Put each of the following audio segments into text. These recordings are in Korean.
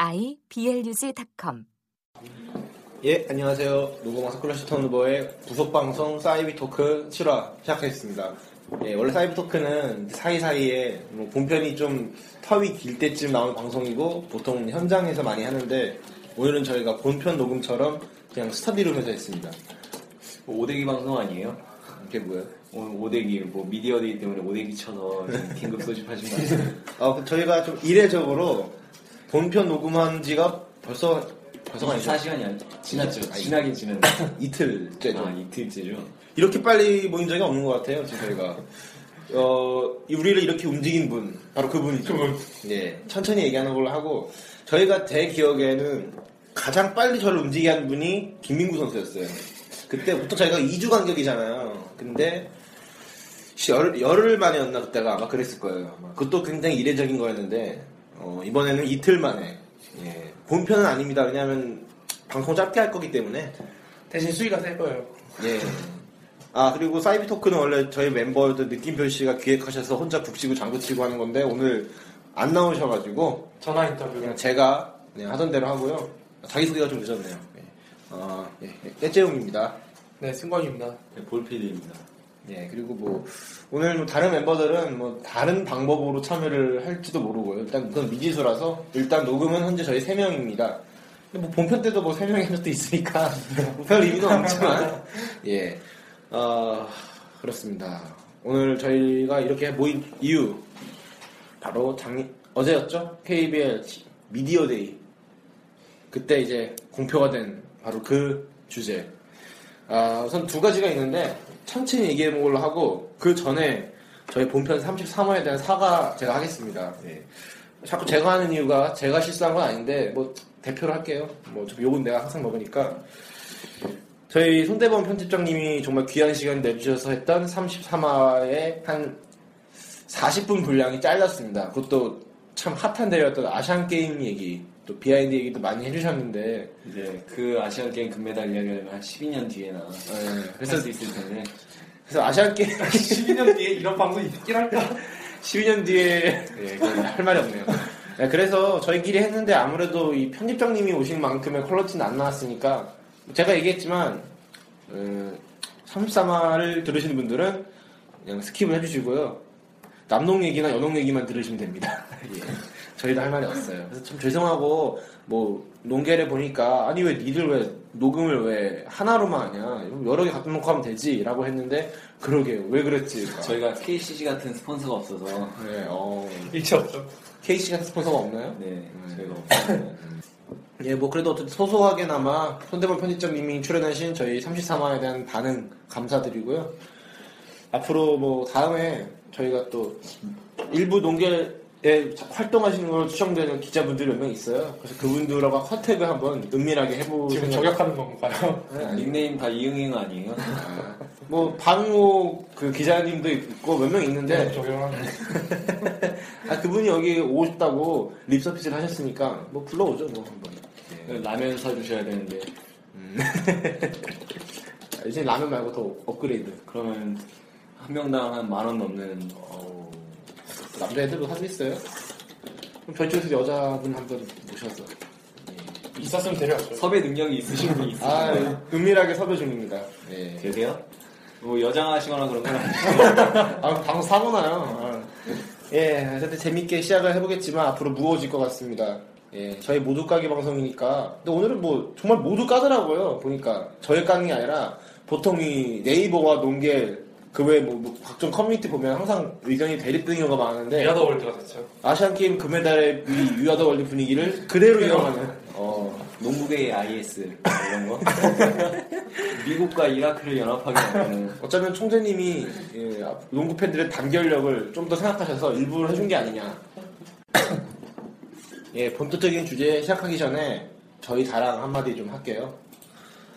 iblog.com 예, 안녕하세요. 노고마 스콜러시 턴오버의 부속방송 사이비 토크 7화 시작하겠습니다. 예, 원래 사이비 토크는 사이사이에 뭐 본편이 좀 터위 길 때쯤 나오는 방송이고 보통 현장에서 많이 하는데 오늘은 저희가 본편 녹음처럼 그냥 스터디룸에서 했습니다. 뭐 오대기 방송 아니에요? 그 이게 뭐예요? 오늘 오대기 뭐 미디어데이 때문에 오대기 쳐서 지금 긴급 소집하신 거 같아요. 아, 그 저희가 좀 이례적으로 본편 녹음한 지가 벌써 벌써가 아니죠? 24시간이 아니 지났죠. 아, 지나긴 지났네. 이틀째죠. 아, 이틀째죠. 이렇게 빨리 모인 적이 없는 것 같아요, 지금 저희가. 어, 이 우리를 이렇게 움직인 분, 바로 그분이죠. 예, 천천히 얘기하는 걸로 하고, 저희가 제 기억에는 가장 빨리 저를 움직이게 한 분이 김민구 선수였어요. 그때 보통 저희가 2주 간격이잖아요. 근데, 열, 열흘 만이었나, 그때가 아마 그랬을 거예요. 아마. 그것도 굉장히 이례적인 거였는데, 어, 이번에는 이틀 만에, 예, 본편은 아닙니다. 왜냐면, 방송 짧게 할 거기 때문에, 대신 수위가 셀 거예요. 예. 아 그리고 사이비 토크는 원래 저희 멤버들 느낌표 씨가 기획하셔서 혼자 북치고 장구치고 하는 건데 오늘 안 나오셔가지고 전화 인터뷰. 그냥 제가 그냥 하던 대로 하고요. 자기 소개가 좀 늦었네요. 예. 어, 예, 깨재용입니다. 네, 승관입니다. 네, 볼필입니다. 예 그리고 뭐 오늘 뭐 다른 멤버들은 뭐 다른 방법으로 참여를 할지도 모르고요. 일단 그건 미지수라서 일단 녹음은 현재 저희 세 명입니다. 근데 뭐 본편 때도 뭐 세 명이 한 적도 있으니까 별 의미는 없지만 예 어, 그렇습니다. 오늘 저희가 이렇게 모인 이유 바로 작년 어제였죠 KBL 미디어데이 그때 이제 공표가 된 바로 그 주제. 아, 우선 두 가지가 있는데 천천히 얘기해 본 걸로 하고 그 전에 저희 본편 33화에 대한 사과 제가 하겠습니다. 예. 자꾸 제가 하는 이유가 제가 실수한 건 아닌데 뭐 대표로 할게요. 뭐 어차피 욕은 내가 항상 먹으니까 저희 손대범 편집장님이 정말 귀한 시간 내주셔서 했던 33화의 한 40분 분량이 잘렸습니다. 그것도 참 핫한 대회였던 아시안 게임 얘기 또 비하인드 얘기도 많이 해주셨는데 이제 그 아시안 게임 금메달 이야기를 한 12년 뒤에나 예, 그래서 할수 있을 텐데 그래서 아시안 게임 12년 뒤에 이런 방송 있긴 할까? 12년 뒤에 예, 그건 할 말이 없네요. 예, 그래서 저희끼리 했는데 아무래도 이 편집장님이 오신 만큼의 퀄러티는 안 나왔으니까 제가 얘기했지만 33화를 들으시는 분들은 그냥 스킵을 해주시고요. 남농 얘기나 연농 얘기만 들으시면 됩니다. 예. 저희도 할 말이 없어요. 그래서 참 죄송하고 뭐 농계를 보니까 아니 왜 니들 왜 녹음을 왜 하나로만 하냐 여러 개 갖다 놓고 하면 되지라고 했는데 그러게요 왜 그랬지 저희가 KCG 같은 스폰서가 없어서 네, 어, 일체 없죠. KC 같은 스폰서가 없나요? 네 저희가 없어요. 예, 뭐 그래도 어쨌든 소소하게나마 손대범 편집장님이 출연하신 저희 33화에 대한 반응 감사드리고요. 앞으로 뭐 다음에 저희가 또 일부 농계에 활동하시는 걸로 추정되는 기자분들이 몇 명 있어요. 그래서 그분들하고 컨택을 한번 은밀하게 해보고 지금 저격하는 건가요? 아, 닉네임 다 이응이응 아니에요? 뭐 방호 그 기자님도 있고 몇 명 있는데 네, 네. 저격하는 아 그분이 여기 오고 싶다고 립서비스를 하셨으니까 뭐 불러오죠 뭐 한번. 예. 네. 라면 사주셔야 되는데 아, 이제 라면 말고 더 업그레이드. 그러면 한 명당 한 만 원 넘는 어우, 남자애들도 사주 있어요? 그럼 저희 쪽에서 여자분 한 분 모셔서. 있었으면 데려왔죠. 섭외 능력이 있으신 분이 있으신가요? 아, 네. 은밀하게 섭외 중입니다. 예. 되세요? 뭐 여장하시거나 그런 건 아니죠? 아, 방송 사고나요. 예, 어쨌든 재밌게 시작을 해보겠지만 앞으로 무거워질 것 같습니다. 예, 저희 모두 까기 방송이니까. 근데 오늘은 뭐 정말 모두 까더라고요. 보니까 저희 까는 게 아니라 보통 이 네이버와 농겔 그 외에 뭐, 뭐 각종 커뮤니티 보면 항상 의견이 대립되는 경우가 많은데 미하다 올 때가 됐죠. 아시안 게임 금메달의 이 유아더 월드 분위기를 그대로 이어가는. 어. 농구계의 IS 이런 거 미국과 이라크를 연합하게 만드는 어쩌면 총재님이 예, 앞- 농구 팬들의 단결력을 좀 더 생각하셔서 일부러 해준 게 아니냐. 예, 본토적인 주제 시작하기 전에 저희 자랑 한마디 좀 할게요.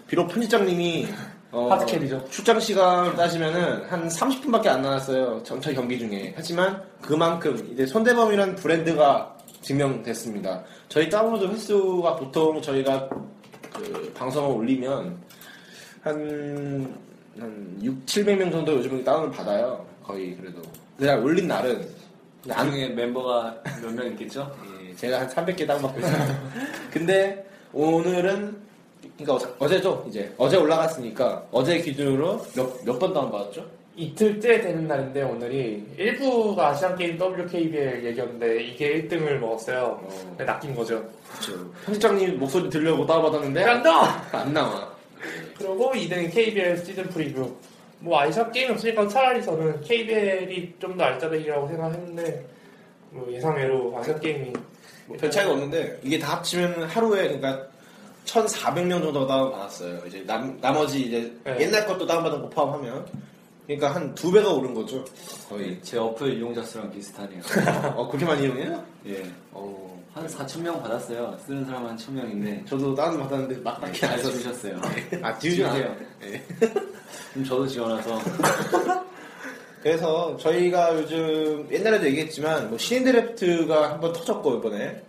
비록 편집장님이 어, 하드캐리죠. 출장 시간 따지면은 한 30분밖에 안 남았어요. 전체 경기 중에. 하지만 그만큼 이제 손대범이라는 브랜드가 증명됐습니다. 저희 다운로드 횟수가 보통 저희가 그 방송을 올리면 한, 한 6, 700명 정도 요즘은 다운을 받아요. 거의 그래도. 그냥 올린 날은. 근데 안, 그 나중에 멤버가 몇 명 있겠죠? 예, 제가 한 300개 다운받고 있어요. 근데 오늘은 그러니까 어제- 어제죠 이제 어제 올라갔으니까 어제 기준으로 몇 몇 번 다운받았죠? 이틀째 되는 날인데 오늘이 일부가 아시안 게임 WKBL 얘기였는데 이게 1등을 먹었어요. 근데 낚인 거죠. 네, 그렇죠. 편집장님 목소리 들려고 다운받았는데 간다! 안 나와. 그리고 2등은 KBL 시즌 프리뷰. 뭐 아시안 게임 없으니까 차라리 저는 KBL이 좀 더 알짜배기라고 생각했는데 뭐 예상외로 아시안 게임이 뭐별 차이가 없는데 이게 다 합치면 하루에 그러니까 1,400명 정도 다운받았어요. 이제 남 나머지 이제 네. 옛날 것도 다운받은 거 포함하면 그러니까 한 두 배가 오른 거죠. 거의. 거의 제 어플 이용자 수랑 비슷하네요. 어 그렇게 많이 이용해요? 예. 어 한 4천 명 받았어요. 쓰는 사람 한 천 명인데 저도 다운받았는데 막 딱히 안 잘 썼어요. 주셨어요. 네, 네. 아 지우지 마세요. 예. 그럼 저도 지원해서 그래서 저희가 요즘 옛날에도 얘기했지만 뭐 신인 드래프트가 한번 터졌고 이번에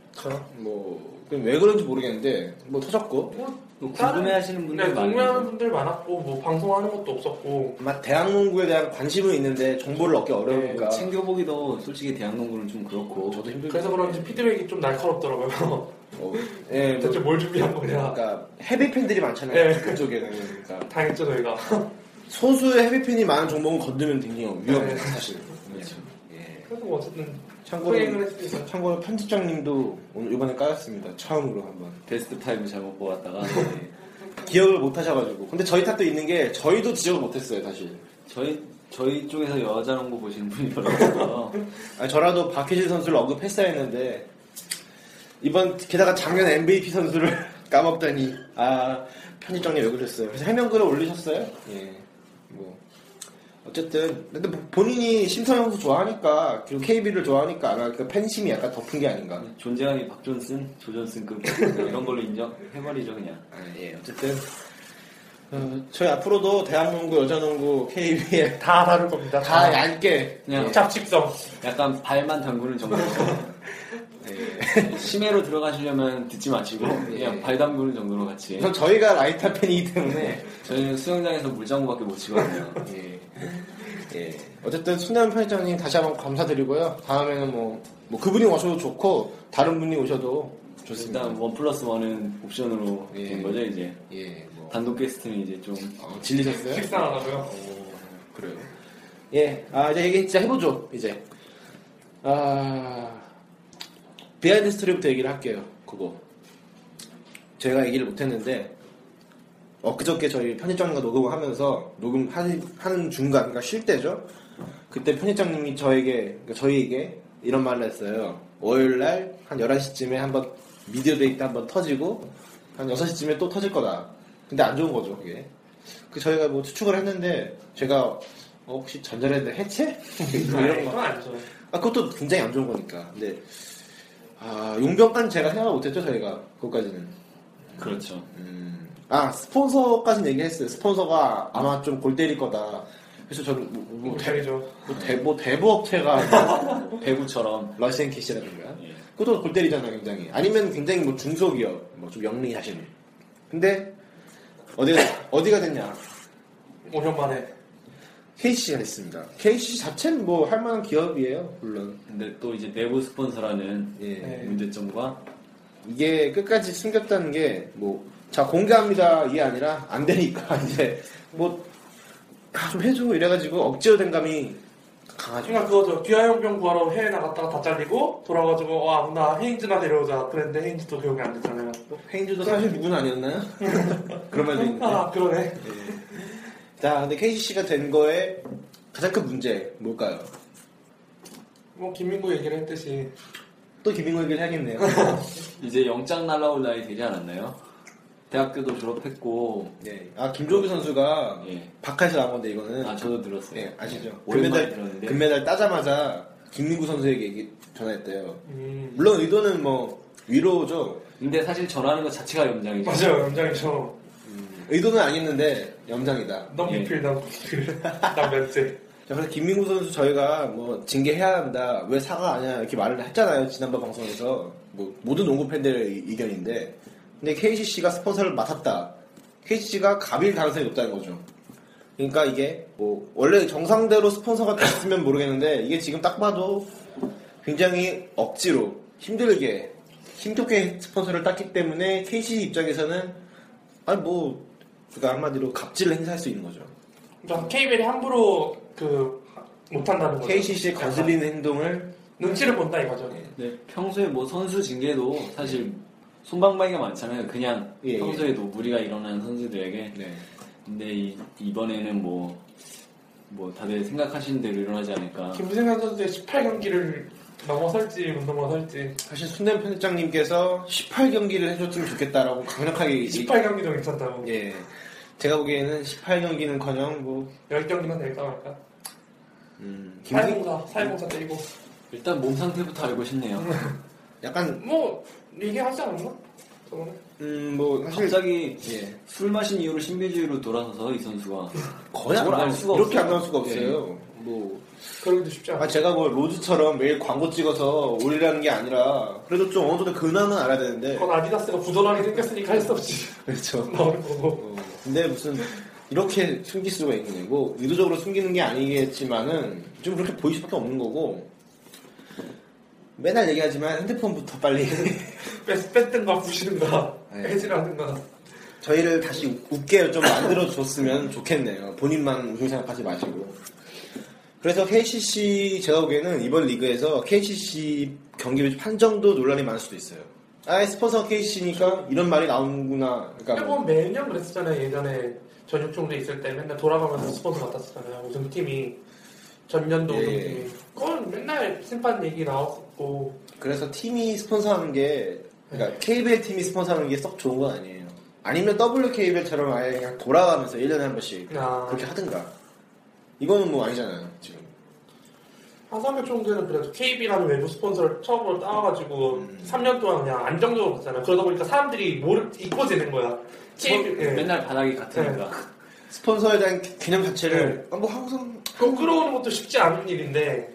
뭐왜 그런지 모르겠는데 뭐 터졌고 뭐 궁금해하시는 분들 네, 많은 궁금해하는 데 분들 많았고 뭐 방송하는 것도 없었고 아마 대한농구에 대한 관심은 있는데 정보를 얻기 어려우니까 그렇죠. 챙겨보기도 솔직히 대한농구는 좀 그렇고 저도 힘들 그래서 그런지 피드백이 좀 날카롭더라고요. 어, 예, 뭐, 대체 뭘 준비한 거냐. 그러니까 헤비 팬들이 많잖아요 네. 그쪽에는 그러니까 당했죠 저희가. 소수의 헤비 팬이 많은 정보는 건드면 굉장히 위험해요 네. 사실 그래서 뭐 어쨌든 참고로 프레임을 했으니까 참고로 편집장님도 오늘 이번에 까였습니다 처음으로 한번 베스트 타임 잘못 뽑았다가 예. 기억을 못 하셔가지고 근데 저희 탓도 있는 게 저희도 지적을 못했어요 사실 저희 저희 쪽에서 여자 농구 보시는 분이 별로 없어서 아니, 저라도 박해진 선수를 언급했어야 했는데 이번 게다가 작년 MVP 선수를 까먹다니 아 편집장님 왜 그랬어요? 그래서 해명글을 올리셨어요? 예. 뭐 어쨌든 근데 뭐 본인이 심선 형수 좋아하니까 그리고 KB를 좋아하니까 아마 그 팬심이 약간 덮은 게 아닌가. 존재감이 박존슨, 조존슨급 이런 걸로 인정해버리죠 그냥. 아, 예. 어쨌든 어, 저희 앞으로도 대한농구, 여자농구, KB에 다 다를 겁니다. 다 얇게 그냥 잡식성. 약간 발만 담그는 정도. 심해로 들어가시려면 듣지 마시고 네. 그냥 발 담그는 정도로 같이. 우선 저희가 라이터 팬이기 때문에 저희는 수영장에서 물장구밖에 못 치거든요. 예. 예. 어쨌든 손대현 편집장님 다시 한번 감사드리고요. 다음에는 뭐, 뭐 그분이 오셔도 좋고 다른 분이 오셔도 좋습니다. 일단 원 플러스 원은 옵션으로 예. 된 거죠 이제. 예. 뭐 단독 게스트는 이제 좀 어, 네? 질리셨어요? 뭐, 식상하다고요. 그래요. 예. 아 이제 얘기 진짜 해보죠. 이제 아 비하인드 스토리부터 얘기를 할게요. 그거 제가 얘기를 못했는데 엊그저께 저희 편집장님과 녹음을 하면서 녹음하는 중간, 그러니까 쉴 때죠. 그때 편집장님이 저에게, 그러니까 저희에게 이런 말을 했어요. 월요일 날 한 11시쯤에 한번 미디어 데이트 한번 터지고 한 6시쯤에 또 터질 거다. 근데 안 좋은 거죠, 그게. 그 저희가 뭐 추측을 했는데 제가 어, 혹시 전자레인지 해체? 뭐 이런 거. 그건 아니죠. 아, 그것도 굉장히 안 좋은 거니까. 근데 아, 용병까지 제가 생각을 못했죠, 저희가. 그것까지는. 그렇죠. 음. 아 스폰서까지는 얘기했어요. 스폰서가 아마 좀 골 때릴 거다. 그래서 저는 뭐, 뭐, 대, 모텔이죠. 뭐 대- 뭐 대부 업체가 뭐, 배구처럼 러시안 캐시라든가 예. 그것도 골 때리잖아 굉장히. 아니면 굉장히 뭐 중소기업 뭐 좀 영리 하시는. 근데 어디가 어디가 됐냐? 5년 만에. KC가 됐습니다. KC 자체는 뭐 할 만한 기업이에요 물론. 근데 또 이제 내부 스폰서라는 예. 네. 문제점과 이게 끝까지 숨겼다는 게 뭐 자 공개합니다 이게 아니라 안 되니까 이제 뭐 좀 해줘 이래가지고 억지로 된 감이 강하죠. 그러니까 그거 저 귀하용병 구하러 해외 나갔다가 다 잘리고 돌아가지고 아 누나 헤인즈나 데려오자 그랬는데 헤인즈도 기억이 안 됐잖아요. 뭐, 페인즈도 사실 누군 아니었나요? 네, 그러니까. 그런 말도 있는데. 아 그러네. 자 근데 KCC가 된 거에 가장 큰 문제 뭘까요? 뭐 김민구 얘기를 했듯이 또 김인구 얘기를 해야겠네요. 이제 영장 날라올 나이 되지 않았나요? 대학교도 졸업했고 네. 아 김종규 선수가 예. 박하에서 나온 건데 이거는 아 저도 들었어요. 네, 아시죠? 오랜만에 금메달, 들었는데 금메달 따자마자 김민구 선수에게 얘기- 전화했대요. 음, 물론 의도는 뭐 위로죠. 근데 사실 전화하는 것 자체가 연장이죠. 맞아요 연장이죠 의도는 아니었는데 염장이다. 넘기필 넘기필 나 면제 자, 그래서 김민구 선수 저희가 뭐 징계해야 한다, 왜 사과 안 하냐 이렇게 말을 했잖아요 지난번 방송에서 뭐 모든 농구 팬들의 이- 의견인데, 근데 KCC가 스폰서를 맡았다. KCC가 갑일 가능성이 높다는 거죠. 그러니까 이게 뭐 원래 정상대로 스폰서가 됐으면 모르겠는데 이게 지금 딱 봐도 굉장히 억지로 힘들게 힘겹게 스폰서를 땄기 때문에 KCC 입장에서는 아니 뭐 그러니까 한마디로 갑질을 행사할 수 있는 거죠. 그러니까 KBL이 함부로 그 못한다는 거죠 KCC의 거슬리는 행동을 눈치를 본다 이거죠 네, 평소에 뭐 선수 징계도 사실 손방망이가 많잖아요. 그냥 예, 예. 평소에도 무리가 일어나는 선수들에게. 근데 이, 이번에는 뭐, 뭐 다들 생각하신 대로 일어나지 않을까. 김승현 선수의 18경기를 넘어설지 못 넘어설지 사실 순대 편집장님께서 18경기를 해줬으면 좋겠다라고 강력하게 18경기도 괜찮다고 예 제가 보기에는 18경기는커녕 뭐 10경기만 될까 말까 음, 김승 사회봉사 사회봉사 때리고 일단 몸 상태부터 알고 음, 싶네요. 약간 뭐 얘기하지 않았나? 저번에 음뭐 사실 갑자기 예 술 마신 이후로 신비주의로 돌아서서 이 선수가 거의 안 뭘알 나올 수가 이렇게 없어요. 안 나올 수가 없어요 뭐 그러기도 쉽지 않아 아, 제가 뭐 로즈처럼 매일 광고 찍어서 올리라는 게 아니라 그래도 좀 어느 정도 근황은 알아야 되는데 그건 아디다스가 부도나게 생겼으니까 할 수 없이 그렇죠 나오는 거고 어, 근데 무슨 이렇게 숨길 수가 있느냐고 뭐 의도적으로 숨기는 게 아니겠지만은 좀 그렇게 보일 수밖에 없는 거고 맨날 얘기하지만 핸드폰부터 빨리 뺐- 뺐든가 부시든가 네. 해지라든가 저희를 다시 웃- 웃게 좀 만들어 줬으면 좋겠네요 본인만 우승 생각하지 마시고 그래서 KCC 제가 보기에는 이번 리그에서 KCC 경기 판정도 논란이 많을 수도 있어요 아 스폰서 KCC니까 이런 말이 나오는구나 그러니까 뭐 일본 매년 그랬었잖아요 예전에 전육종도 있을 때 맨날 돌아가면서 스폰서 받았었잖아요 우승팀이 전년도 예. 우승팀이 그건 맨날 심판 얘기 나왔었고 그래서 팀이 스폰서하는 게 그러니까 KBL 팀이 스폰서하는 게 썩 좋은 건 아니에요. 아니면 WKBL처럼 아예 그냥 돌아가면서 1년에 한 번씩 아, 그렇게 하든가. 이거는 뭐 아니잖아요, 지금. 한삼백 종도는 그래도 KB라는 외부 스폰서를 처음으로 따와가지고 3년 동안 그냥 안정적으로 갔잖아요 그러다 보니까 사람들이 모를 잊고 지는 거야 KB 뭐, 예. 맨날 바닥이 같으니까. 그렇죠. 스폰서에 대한 개념 자체를 아, 뭐 항상 그거 끌어오는 것도 쉽지 않은 일인데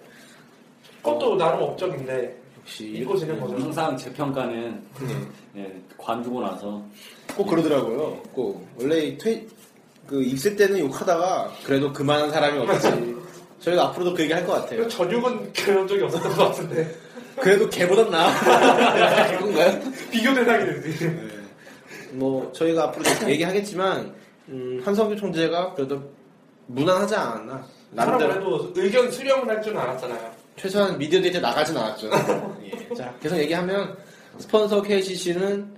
어. 그것도 나름 업적인데 역시 잊고 지는 거죠 항상 재평가는 네. 예, 관두고 나서 꼭 그러더라고요. 꼭 원래 퇴, 그 입세 때는 욕하다가 그래도 그만한 사람이 없지. 저희가 앞으로도 그 얘기 할 것 같아요. 그리고 전육은 그런 적이 없었던 것 같은데 그래도 걔보단 나아. 그건가요? 비교 대상이 되지 뭐 저희가 앞으로 얘기하겠지만 음, 한성규 총재가 그래도 무난하지 않았나 사람 나름대로 그래도 의견 수렴을 할 줄은 알았잖아요. 최소한 미디어 데이트 나가진 않았죠 예. 자 계속 얘기하면 스폰서 KCC는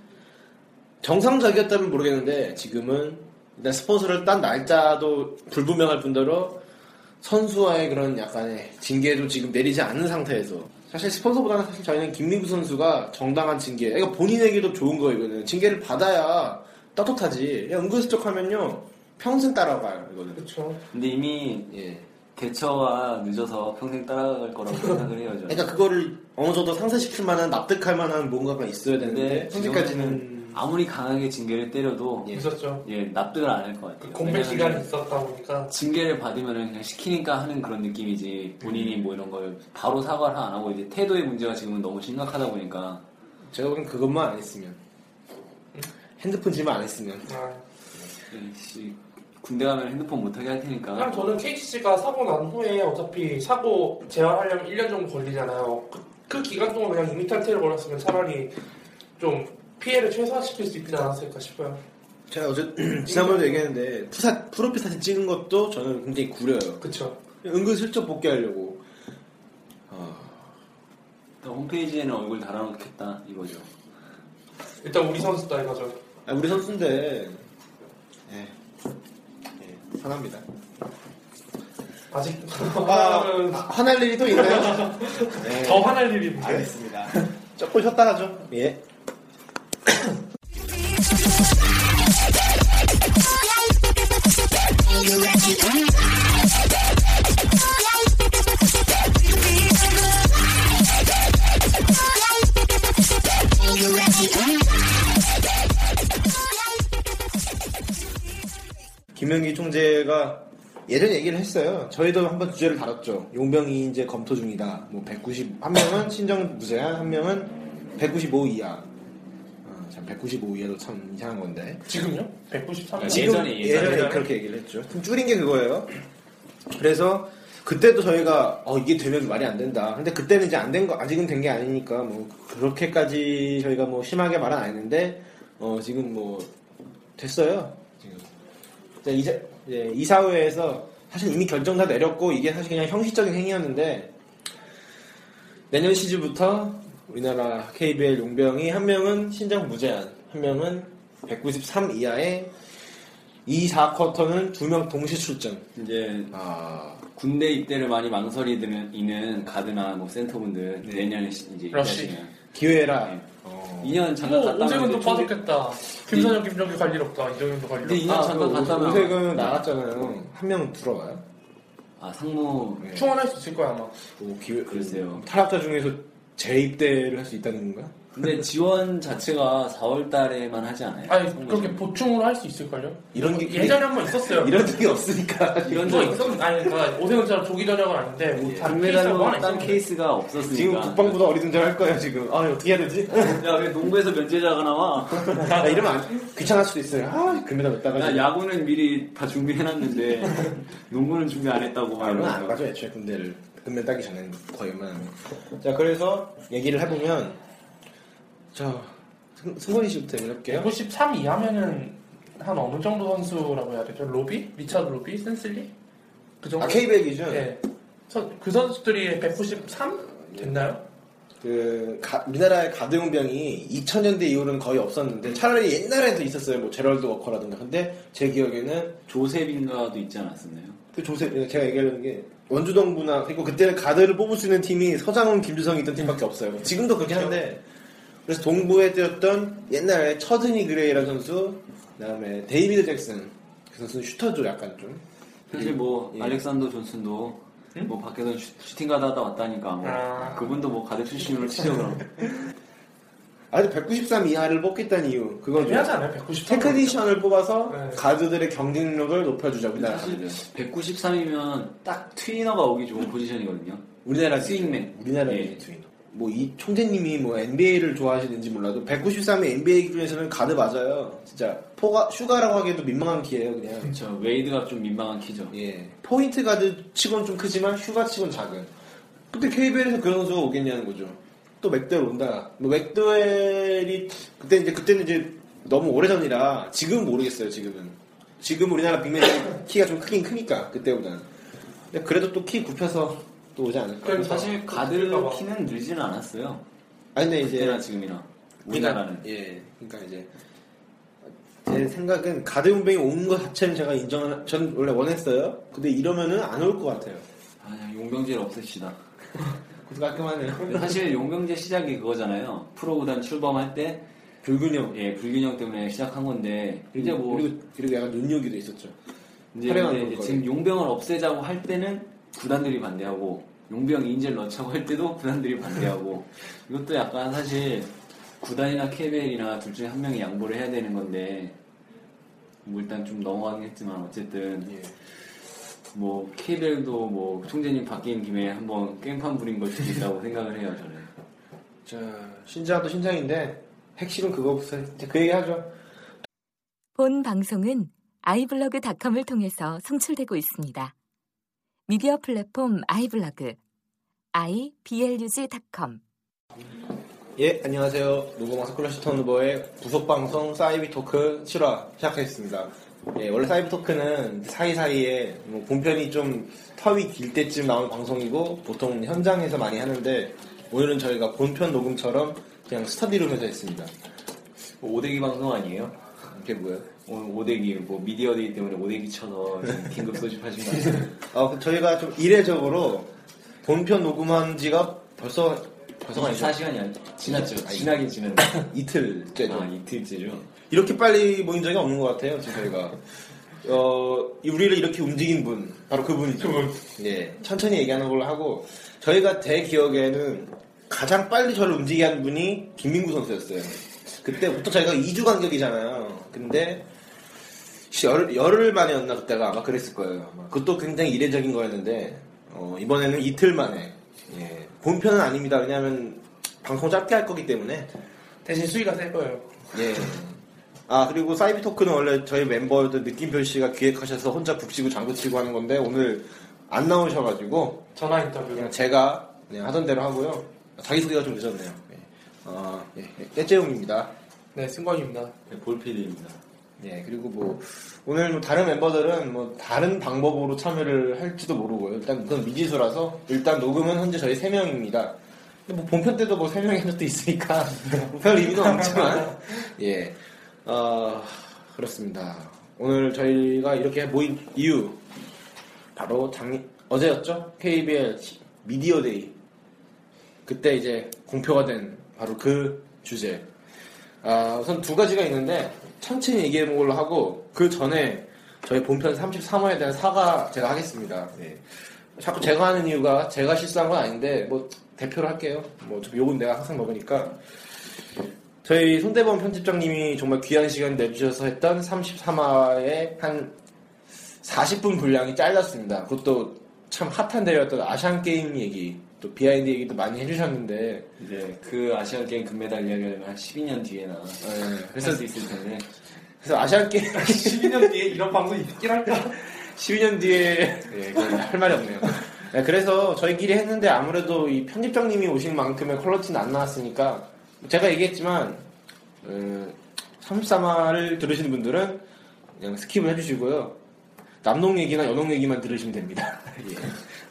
정상적이었다면 모르겠는데 지금은 일단 스폰서를 딴 날짜도 불분명할 뿐더러 선수와의 그런 약간의 징계도 지금 내리지 않는 상태에서 사실 스폰서보다는 사실 저희는 김민구 선수가 정당한 징계 그러니까 본인에게도 좋은 거 이거는 징계를 받아야 떳떳하지 그냥 은근슬쩍 하면요 평생 따라가요 이거는 그렇죠. 근데 이미 예. 대처와 늦어서 평생 따라갈 거라고 생각을 해요. 저는. 그러니까 그거를 어느 정도 상쇄시킬 만한 납득할 만한 뭔가가 있어야 되는데 네, 네, 근데 현재까지는 아무리 강하게 징계를 때려도 예, 있었죠. 그 납득을 안 할 것 같아요. 공백 왜냐면은 기간이 있었다 보니까 징계를 받으면 그냥 시키니까 하는 그런 느낌이지 음. 본인이 뭐 이런 걸 바로 사과를 안 하고 이제 태도의 문제가 지금은 너무 심각하다 보니까 제가 보기엔 그것만 안 했으면 핸드폰 지만 안 했으면 아, 예, 씨, 군대 가면 핸드폰 못하게 할 그냥 테니까 아, 저는 KCC가 사고 난 후에 어차피 사고 재활하려면 1년 정도 걸리잖아요. 그, 그 기간 동안 그냥 이미탈퇴를 걸었으면 차라리 좀 피해를 최소화시킬 수 있지 않았을까 싶어요. 제가 어제 지난번에도 얘기했는데 프사, 프로필 사진 찍은 것도 저는 굉장히 구려요 그쵸. 은근슬쩍 복귀하려고 아, 또 홈페이지에는 얼굴 달아놓겠다 이거죠. 일단 우리 선수다 이거죠. 아, 우리 선수인데 예. 예, 편합니다 아직 아, 화나면 화날 일이 또 있나요? 네. 더 화날 일이 있는데. 알겠습니다. 조금 쉬었다 하죠. 예. 김영기 총재가 예전 얘기를 했어요. 저희도 한번 주제를 다뤘죠. 용병이 이제 검토 중이다. 뭐 190, 한 명은 신정 무제한, 한 명은 195 이하. 아, 참, 195 이하도 참 이상한 건데. 지금요? 193. 아, 지금 예전에, 예전에, 예전에. 그렇게 얘기를 했죠. 좀 줄인 게 그거예요. 그래서 그때도 저희가 어 이게 되면 말이 안 된다. 근데 그때는 이제 안 된 거 아직은 된 게 아니니까 뭐 그렇게까지 저희가 뭐 심하게 말은 안 했는데 어 지금 뭐 됐어요. 지금 자, 이제 이제 이사회에서 사실 이미 결정 다 내렸고 이게 사실 그냥 형식적인 행위였는데 내년 시즌부터 우리나라 KBL 용병이 한 명은 신장 무제한, 한 명은 193 이하의 이 4쿼터는 두 명 동시 출전. 이제 아, 군대 입대를 많이 망설이는 이는 가드나 뭐 센터분들 내년에 시- 이제 네. 러쉬. 입대하시면 기회라. 어. 네. 2년 잠깐 갔다 오세근도 오면 좀- 빠졌겠다. 네. 김선영, 김정규 갈일 없다. 이정현도 갈일 근데 없다. 2년 잠깐 갔다 오면 아, 그 오색은 나갔잖아요. 한 명 들어와요. 아 상무 네. 충원할 수 있을 거야 아마. 오, 기회. 글쎄요. 탈락자 중에서 재입대를 할 수 있다는 건가? 근데 지원 자체가 4월 달에만 하지 않아요? 아니 상무 그렇게 지원. 보충을 할 수 있을걸요? 이런 게- 예전에 한 번 있었어요. 이런 뭐 적이 없으니까. 이런 뭐 적 있었는데 아니 그러니까 오세훈처럼 조기 전역은 아닌데 예. 뭐 다른 케이스가 뭐 금메달로 하나 딴 있었는데. 케이스가 없었으니까 지금 국방부도 어리둥절 할 거예요, 지금. 아, 어떻게 해야 되지? 야왜 농구에서 면제자가 나와? 아, 이러면 안- 귀찮을 수도 있어요. 아, 금메달 몇 나 따가지고. 야구는 미리 다 준비해놨는데 농구는 준비 안 했다고 아, 막 얼마 이러면서 안 가죠 애초에 군대를 군대 따기 전에는 거의 얼마 안 가요. 자 그래서 얘기를 해보면 자 승- 승건이 씨부터 얘기해볼게요 193 이하면은 한 어느 정도 선수라고 해야 되죠? 로비? 리차드 로비? 센슬리? 그 정도? 아 K백 기준 예. 선- 그 선수들이 193 됐나요? 그 가- 우리나라의 가드용병이 2000년대 이후로는 거의 없었는데 차라리 옛날에도 있었어요 뭐 제럴드 워커라든가 근데 제 기억에는 조셉인가도 있지 않았었나요? 그 조셉 제가 얘기하려는 게 원주동부나 그리고 그때는 가드를 뽑을 수 있는 팀이 서장훈 김주성이 있던 팀밖에 없어요. 지금도 그렇긴 그렇죠. 한데 그래서 동부에 뛰었던 옛날에 처드니 그레이라는 선수 그다음에 데이비드 잭슨 그 선수는 슈터죠 약간 좀 사실 뭐 예. 음? 알렉산더 존슨도 뭐 밖에서 슈, 팅 가다다 왔다니까 뭐 아. 그분도 뭐 가드 출신으로 치죠 그럼 아, 아직 193 이하를 뽑겠다는 이유 그건 좀 애매하지 않아요? 193. 테크니션을 뽑아서 네. 가드들의 경쟁력을 높여주자 우리나라 사실 가드들 193이면 딱 트위너가 오기 좋은 포지션이거든요 우리나라 스윙맨. 우리나라 예. 트윈 뭐이 총재님이 뭐 NBA를 좋아하시는지 몰라도 193의 NBA 기준에서는 가드 맞아요. 진짜 포가 슈가라고 하기에도 민망한 기예요 그냥. 저 웨이드가 좀 민망한 키죠 예. 포인트 가드 치곤 좀 크지만 휴가 치곤 작은. 근데 KBL에서 그런 선수가 오겠냐는 거죠. 또 맥도웰 온다. 뭐 맥도웰이 그때 이제 그때는 이제 너무 오래전이라 지금 모르겠어요. 지금은 지금 우리나라 빅맨 키가 좀 크긴 크니까 그때보다는. 근데 그래도 또 키 굽혀서 또 오지 않을까. 그러니까. 사실 가드 키는 늘지는 않았어요 아니 어, 근데 이제 그때나 지금이나 그러니까, 우리나라는 예. 그러니까 이제 제 생각은 가드 용병이 온 것 자체는 제가 인정을 전 원래 원했어요. 근데 이러면은 안 올 것 같아요. 아 용병제를 없애시다 그래도 깔끔하네요. 사실 용병제 시작이 그거잖아요. 프로 구단 출범할 때 불균형. 예, 불균형 때문에 시작한 건데 이제 뭐 그리고, 그리고 약간 눈요기도 있었죠. 이제, 활용한 근데 이제 거예요. 지금 용병을 없애자고 할 때는 구단들이 반대하고 용병 인재를 넣자고 할 때도 구단들이 반대하고 이것도 약간 사실 구단이나 KBL이나 둘 중에 한 명이 양보를 해야 되는 건데 뭐 일단 좀 넘어가긴 했지만 어쨌든 예. 뭐 KBL도 뭐 총재님 바뀐 김에 한번 깽판 부린 걸 수도 있다고 생각을 해요 저는. 자 신장도 신장인데 핵심은 그거부터 이제 그 얘기 하죠. 본 방송은 아이블로그닷컴을 통해서 송출되고 있습니다. 미디어 플랫폼 아이블로그 iblog.com 예 안녕하세요. 노고마사 클래시 턴오버의 부속 방송 사이비 토크 7화 시작하겠습니다. 예 원래 사이비 토크는 사이 사이에 뭐 본편이 좀 터위 길 때쯤 나오는 방송이고 보통 현장에서 많이 하는데 오늘은 저희가 본편 녹음처럼 그냥 스터디룸에서 했습니다. 오대기 방송 아니에요? 그게 뭐예요? 오늘 오대기 뭐 미디어데이 때문에 오대기 쳐서 지금 긴급 소집하신 거 아니에요? 어, 그 저희가 좀 이례적으로 본편 녹음한 지가 벌써 벌써 한 24시간이 지났죠. 아, 지나긴 지났네. 이틀째죠. 아, 이틀째죠. 이렇게 빨리 모인 적이 없는 것 같아요, 지금 저희가. 어, 이- 우리를 이렇게 움직인 분, 바로 그분이죠. 예, 천천히 얘기하는 걸로 하고, 저희가 대 기억에는 가장 빨리 저를 움직이게 한 분이 김민구 선수였어요. 그때부터 저희가 2주 간격이잖아요. 근데, 열, 열흘 만에였나, 그때가 아마 그랬을 거예요. 아마. 그것도 굉장히 이례적인 거였는데, 어, 이번에는 이틀 만에, 예, 본편은 아닙니다. 왜냐면, 방송 짧게 할 거기 때문에, 대신 수위가 셀 거예요. 예. 아 그리고 사이비 토크는 원래 저희 멤버들 느낌표 씨가 기획하셔서 혼자 북치고 장구치고 하는 건데 오늘 안 나오셔가지고 전화 인터뷰. 그냥 제가 그냥 하던 대로 하고요. 자기 소개가 좀 늦었네요. 예. 어, 예, 예, 깨재용입니다. 네, 승관입니다. 네, 볼필입니다. 예 그리고 뭐 오늘 뭐 다른 멤버들은 뭐 다른 방법으로 참여를 할지도 모르고요. 일단 그건 미지수라서 일단 녹음은 현재 저희 세 명입니다. 근데 뭐 본편 때도 뭐 세 명이 한 적도 있으니까 별 의미는 없지만 예 어, 그렇습니다. 오늘 저희가 이렇게 모인 이유 바로 작 어제였죠 KBL 미디어데이 그때 이제 공표가 된 바로 그 주제. 아, 우선 두 가지가 있는데 천천히 얘기해 본 걸로 하고 그 전에 저희 본편 33화에 대한 사과 제가 하겠습니다. 네. 자꾸 제가 하는 이유가 제가 실수한 건 아닌데 뭐 대표로 할게요. 뭐 어차피 욕은 내가 항상 먹으니까 저희 손대범 편집장님이 정말 귀한 시간 내주셔서 했던 33화의 한 40분 분량이 잘랐습니다. 그것도 참 핫한 대회였던 아시안 게임 얘기 또 비하인드 얘기도 많이 해주셨는데 이제 네. 그 아시안 게임 금메달 이야기하면 한 12년 뒤에나 예, 할 그래서 수 있을 텐데 그래서 아시안 게임 12년 뒤에 이런 방송 있긴 할까? 12년 뒤에 예, 그건 할 말이 없네요. 네, 그래서 저희끼리 했는데 아무래도 이 편집장님이 오신 만큼의 퀄러티는 안 나왔으니까 제가 얘기했지만 33화를 들으시는 분들은 그냥 스킵을 해주시고요. 남농 얘기나 연농 얘기만 들으시면 됩니다. 예.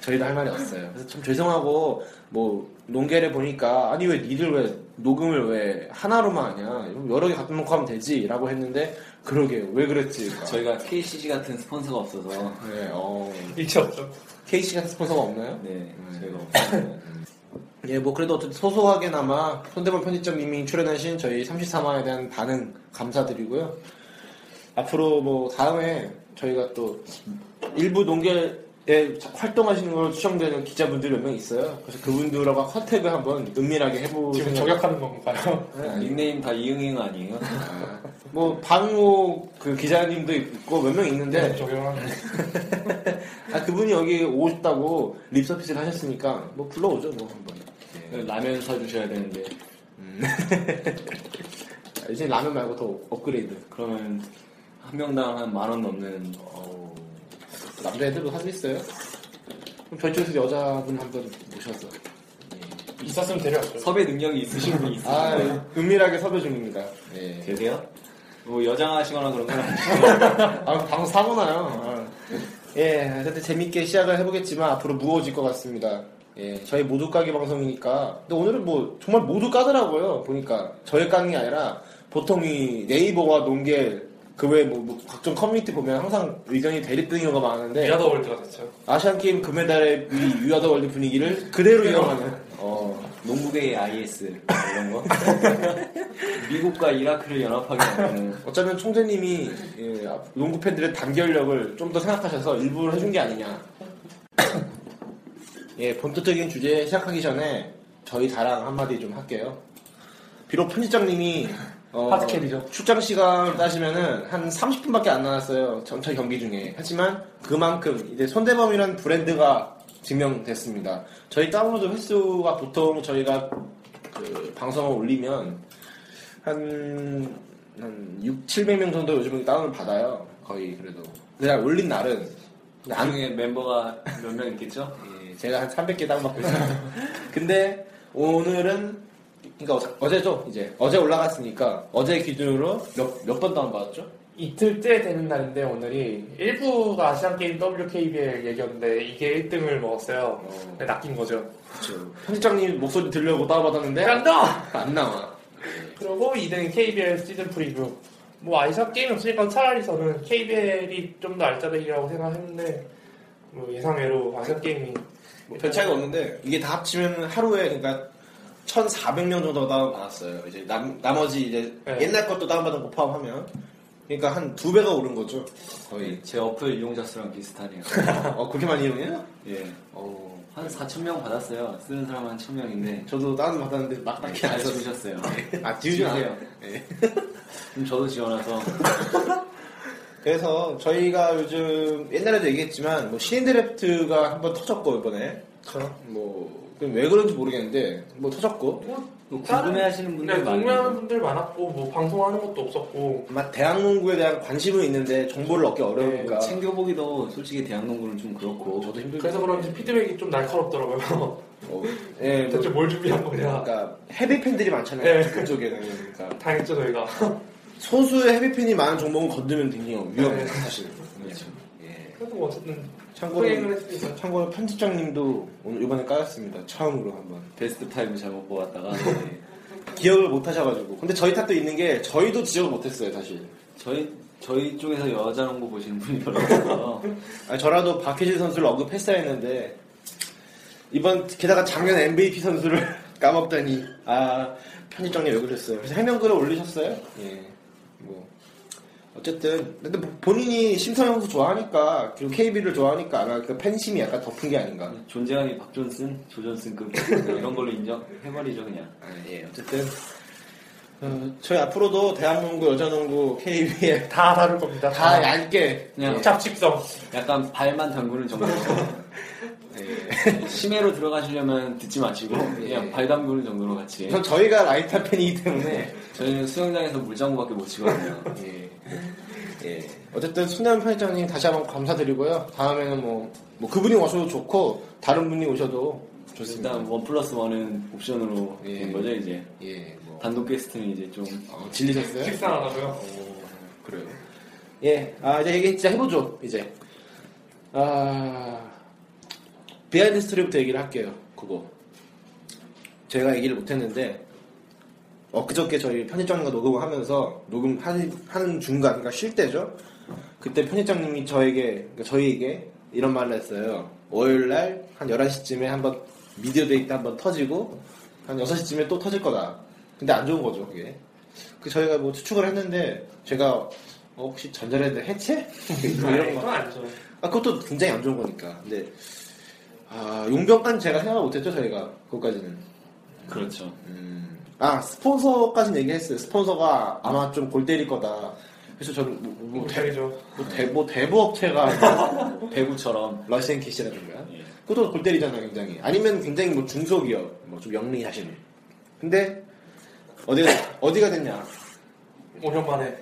저희도 할 말이 없어요. 그래서 참 죄송하고 뭐 농계를 보니까 아니 왜 니들 왜 녹음을 왜 하나로만 하냐 여러 개 갖다 놓고 하면 되지라고 했는데 그러게요 왜 그랬지 저희가 KCG 같은 스폰서가 없어서 네, 어, 일체 없죠. KC 같은 스폰서가 없나요? 네 저희가 없어요. 예, 뭐 그래도 어쨌든 소소하게나마 손대범 편집장님이 출연하신 저희 33화에 대한 반응 감사드리고요. 앞으로 뭐 다음에 저희가 또 일부 농계에 활동하시는 걸로 추정되는 기자분들이 몇 명 있어요. 그래서 그분들하고 컨택을 한번 은밀하게 해보고 지금 저격하는 건가요? 닉네임 다 이응이응 아니에요? 뭐 방우 그 기자님도 있고 몇 명 네. 있는데 저격하는 거. 아 그분이 여기 오고 싶다고 립서비스를 하셨으니까 뭐 불러오죠 뭐 한번. 예. 음. 라면 사주셔야 되는데 아, 이제 라면 말고 더 업그레이드. 그러면 한 명당 한 만 원 넘는 어우, 남자애들도 사수 있어요? 그럼 저쪽에서 여자분 한 번 모셔서. 있었으면 데려왔죠. 섭외 능력이 있으신 분이 아, 있으신가요? 은밀하게 섭외 중입니다. 예. 계세요? 뭐 여장하시거나 그런 건 아니죠? 아, 방금 사고 나요. 아. 예, 어쨌든 재밌게 시작을 해보겠지만 앞으로 무거워질 것 같습니다. 예, 저희 모두 까기 방송이니까. 근데 오늘은 뭐, 정말 모두 까더라고요. 보니까. 저희 까는 게 아니라 보통 이 네이버와 농겔, 그 외에 뭐, 뭐 각종 커뮤니티 보면 항상 의견이 대립되는 경우가 많은데. 미아더 월드가 됐죠. 아시안 아시안 게임 금메달의 이 유아더 월드 분위기를 그대로 이어가는 어, 농구계의 IS 이런 거 미국과 이라크를 연합하게 하는 어쩌면 총재님이 네. 예, 앞- 농구 팬들의 단결력을 좀 더 생각하셔서 일부러 해준 게 아니냐. 예, 본토적인 주제 시작하기 전에 저희 자랑 한마디 좀 할게요. 비록 편집장님이 어, 하드캐리죠. 출장 시간 따시면은 한 30분밖에 안 남았어요. 전체 경기 중에. 하지만 그만큼 이제 손대범이라는 브랜드가 증명됐습니다. 저희 다운로드 횟수가 보통 저희가 그 방송을 올리면 한, 한 6, 700명 정도 요즘은 다운을 받아요. 거의 그래도. 내가 올린 날은. 근데 안, 나중에 멤버가 몇 명 있겠죠? 예, 제가 한 300개 다운받고 있어요. 근데 오늘은 그러니까 어제- 어제죠 이제 어제 올라갔으니까 어제 기준으로 몇 몇 번 다운받았죠? 이틀째 되는 날인데 오늘이 일부가 아시안 게임 WKBL 얘기였는데 이게 1등을 먹었어요. 근데 낚인 거죠. 그렇죠. 편집장님 목소리 들려고 다운받았는데 간다! 안 나와. 그리고 2등이 KBL 시즌 프리뷰. 뭐 아이사 게임 없으니까 차라리 저는 KBL이 좀 더 알짜배기라고 생각했는데 뭐 예상외로 아이사 게임이 뭐별 차이가 없는데 이게 다 합치면 하루에 그러니까 1,400명 정도 다운받았어요. 이제 남, 나머지 이제 네. 옛날 것도 다운받은 거 포함하면 그러니까 한 두 배가 오른 거죠. 거의 네, 제 어플 이용자 수랑 비슷하네요. 어 그렇게 많이 이용해요? 예. 어, 한 4천 명 받았어요. 쓰는 사람 한 천 명인데 저도 다운 받았는데 막 네, 딱히 안 잘 썼어요. 주셨어요. 아 지우지 지우세요. 않아요. 예. 그럼 저도 지원해서 그래서 저희가 요즘 옛날에도 얘기했지만 뭐 신인 드래프트가 한번 터졌고 이번에 뭐왜 그런지 모르겠는데 뭐 터졌고 또 궁금해하시는 분들 근데 많이 네, 궁금한 분들 많았고 뭐 방송하는 것도 없었고 아마 대학 농구에 대한 관심은 있는데 정보를 얻기 어려우니까 그러니까 챙겨보기도 솔직히 대학농구는 좀 그렇고 저도 힘들죠. 그래서 그런지 피드백이 좀 날카롭더라고요. 어, 예, 뭐 대체 뭘 준비한 거냐. 그러니까 헤비 팬들이 많잖아요. 네. 그쪽에는 그러니까 당했죠 저희가. 소수의 헤비 팬이 많은 종목은 건드면 굉장히 위험해요, 네. 사실. 그렇죠. 예. 그래도 뭐 어쨌든 참고로 프레임을 했으니까. 참고로 편집장님도 오늘 이번에 까였습니다. 처음으로 한번. 베스트 타임 잘못 뽑았다가 네. 기억을 못 하셔가지고. 근데 저희 탓도 있는 게 저희도 지적을 못 했어요, 사실. 저희 저희 쪽에서 여자 농구 보시는 분이 별로 없어서 아, 저라도 박해진 선수를 언급했어야 했는데 이번 게다가 작년 MVP 선수를 까먹다니 아 편집장님 왜 그랬어요? 그래서 해명글을 올리셨어요? 예. 뭐 어쨌든 근데 뭐 본인이 심성영 선수 좋아하니까 그리고 KB를 좋아하니까 아마 그 팬심이 약간 덮은 게 아닌가. 존재감이 박존슨, 조존슨급 이런 걸로 인정해버리죠 그냥. 아, 예. 어쨌든 어, 저희 앞으로도 대한농구, 여자농구, KBL 다 다를 겁니다. 다 얇게 그냥 잡집성. 약간 발만 담그는 정도. 예. 심해로 들어가시려면 듣지 마시고 그냥 발 담그는 정도로 같이. 우선 저희가 라이터 팬이기 때문에 저희는 수영장에서 물장구밖에 못 치거든요. 예. 예. 어쨌든 손대원 편집장님 다시 한번 감사드리고요. 다음에는 뭐, 뭐 그분이 오셔도 좋고 다른 분이 오셔도 좋습니다. 일단 원 플러스 원은 옵션으로 예. 된 거죠 이제. 예. 뭐, 단독 게스트는 이제 좀 어, 질리셨어요? 식상하다고요. 오, 그래요. 예. 아 이제 얘기 진짜 해보죠. 이제 아 비하인드 스토리부터 얘기를 할게요. 그거 제가 얘기를 못했는데 엊그저께 저희 편집장님과 녹음을 하면서 녹음하는 하는 중간 그러니까 쉴 때죠. 그때 편집장님이 저에게 그러니까 저희에게 이런 말을 했어요. 월요일 날 한 11시쯤에 한번 미디어 데이트 한번 터지고 한 6시쯤에 또 터질 거다. 근데 안 좋은 거죠, 그게. 그 저희가 뭐 추측을 했는데 제가 어, 혹시 전자레인지 해체? 뭐 이런 거. 그건 아니죠. 아, 그것도 굉장히 안 좋은 거니까. 근데 아, 용병까지 제가 생각을 못 했죠, 저희가. 그것까지는. 그렇죠. 음. 아 스폰서까지는 얘기했어요. 스폰서가 아마 좀 골 때릴 거다. 그래서 저는 뭐, 뭐, 뭐 대, 대리죠. 뭐 대, 뭐 대부업체가 배구처럼 러시안 캐시라든가 예. 그것도 골 때리잖아 굉장히. 아니면 굉장히 뭐 중소기업 뭐 좀 영리 하시는. 근데 어디가 어디가 됐냐? 5년 만에.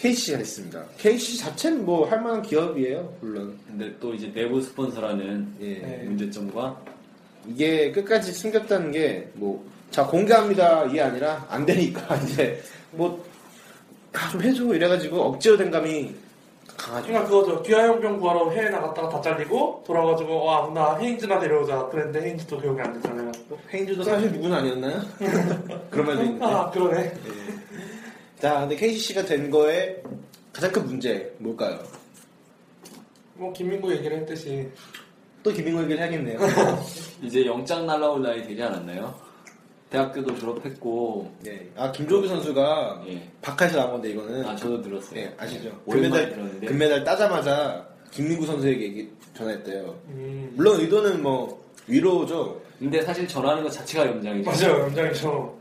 KC가 됐습니다. KC 자체는 뭐 할 만한 기업이에요 물론. 근데 또 이제 내부 스폰서라는 예. 네. 문제점과 이게 끝까지 숨겼다는 게, 뭐, 자, 공개합니다. 이게 아니라, 안 되니까, 이제, 뭐, 아, 좀 해줘. 이래가지고, 억지로 된 감이 강하죠. 그러니까 그거죠. 귀하용병 구하러 해외 나갔다가 다 잘리고 돌아와가지고 와 나 헤인즈나 데려오자. 그랬는데 헤인즈도 기억이 안 됐잖아요. 어, 페인즈도 사실 누군 아니었나요? 그런 말도 있는데. 그러니까. 아 그러네. 자, 근데 KCC가 된 거에 가장 큰 문제, 뭘까요? 뭐 김민구 얘기를 했듯이 또 김인호 얘기를 해야겠네요. 이제 영장 날라올 날이 되지 않았나요? 대학교도 졸업했고 네. 아, 김종규 선수가 예. 박하에서 나온 건데, 이거는. 아 저도 들었어요. 네. 예, 아시죠? 오랜만에 금메달, 들었는데 금메달 따자마자, 김민구 선수에게 얘기- 전화했대요. 음, 물론 의도는 뭐, 위로죠. 근데 사실 전화하는 것 자체가 염장이죠. 맞아요. 연장이죠.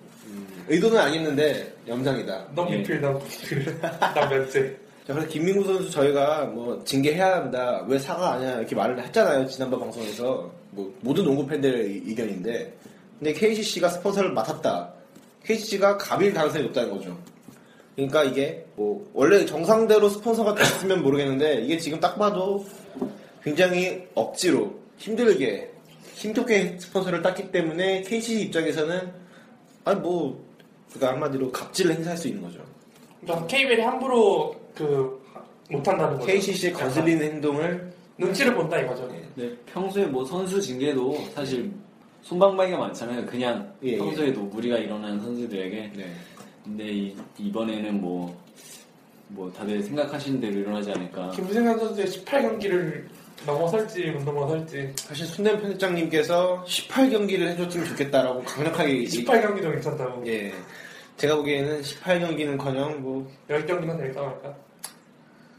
의도는 아니었는데 염장이다. 넌 예. 미필 난 미필 난 면제. 자, 그래서 김민구 선수 저희가 뭐 징계해야 한다. 왜 사과 안 하냐 이렇게 말을 했잖아요. 지난번 방송에서 뭐 모든 농구 팬들의 이- 의견인데, 근데 KCC가 스폰서를 맡았다. KCC가 갑일 가능성이 높다는 거죠. 그러니까 이게 뭐 원래 정상대로 스폰서가 됐으면 모르겠는데 이게 지금 딱 봐도 굉장히 억지로 힘들게 힘겹게 스폰서를 땄기 때문에 KCC 입장에서는 아니 뭐 그러니까 한마디로 갑질을 행사할 수 있는 거죠. 그러니까 KBL이 함부로 그 못한다는 거죠. KCC의 거슬리는 행동을 눈치를 본다 이거죠. 예. 네, 평소에 뭐 선수 징계도 사실 손방망이가 많잖아요. 그냥 예, 네. 평소에도 무리가 일어나는 선수들에게 근데 이, 번에는 뭐, 뭐 다들 생각하시는 대로 일어나지 않을까. 김승현 선수의 18경기를 넘어설지 못 넘어설지 사실 순대 편집장님께서 18경기를 해줬으면 좋겠다라고 강력하게 얘기- 18경기도 괜찮다고 예. 제가 보기에는 18경기는커녕 뭐 10경기만 될까 말까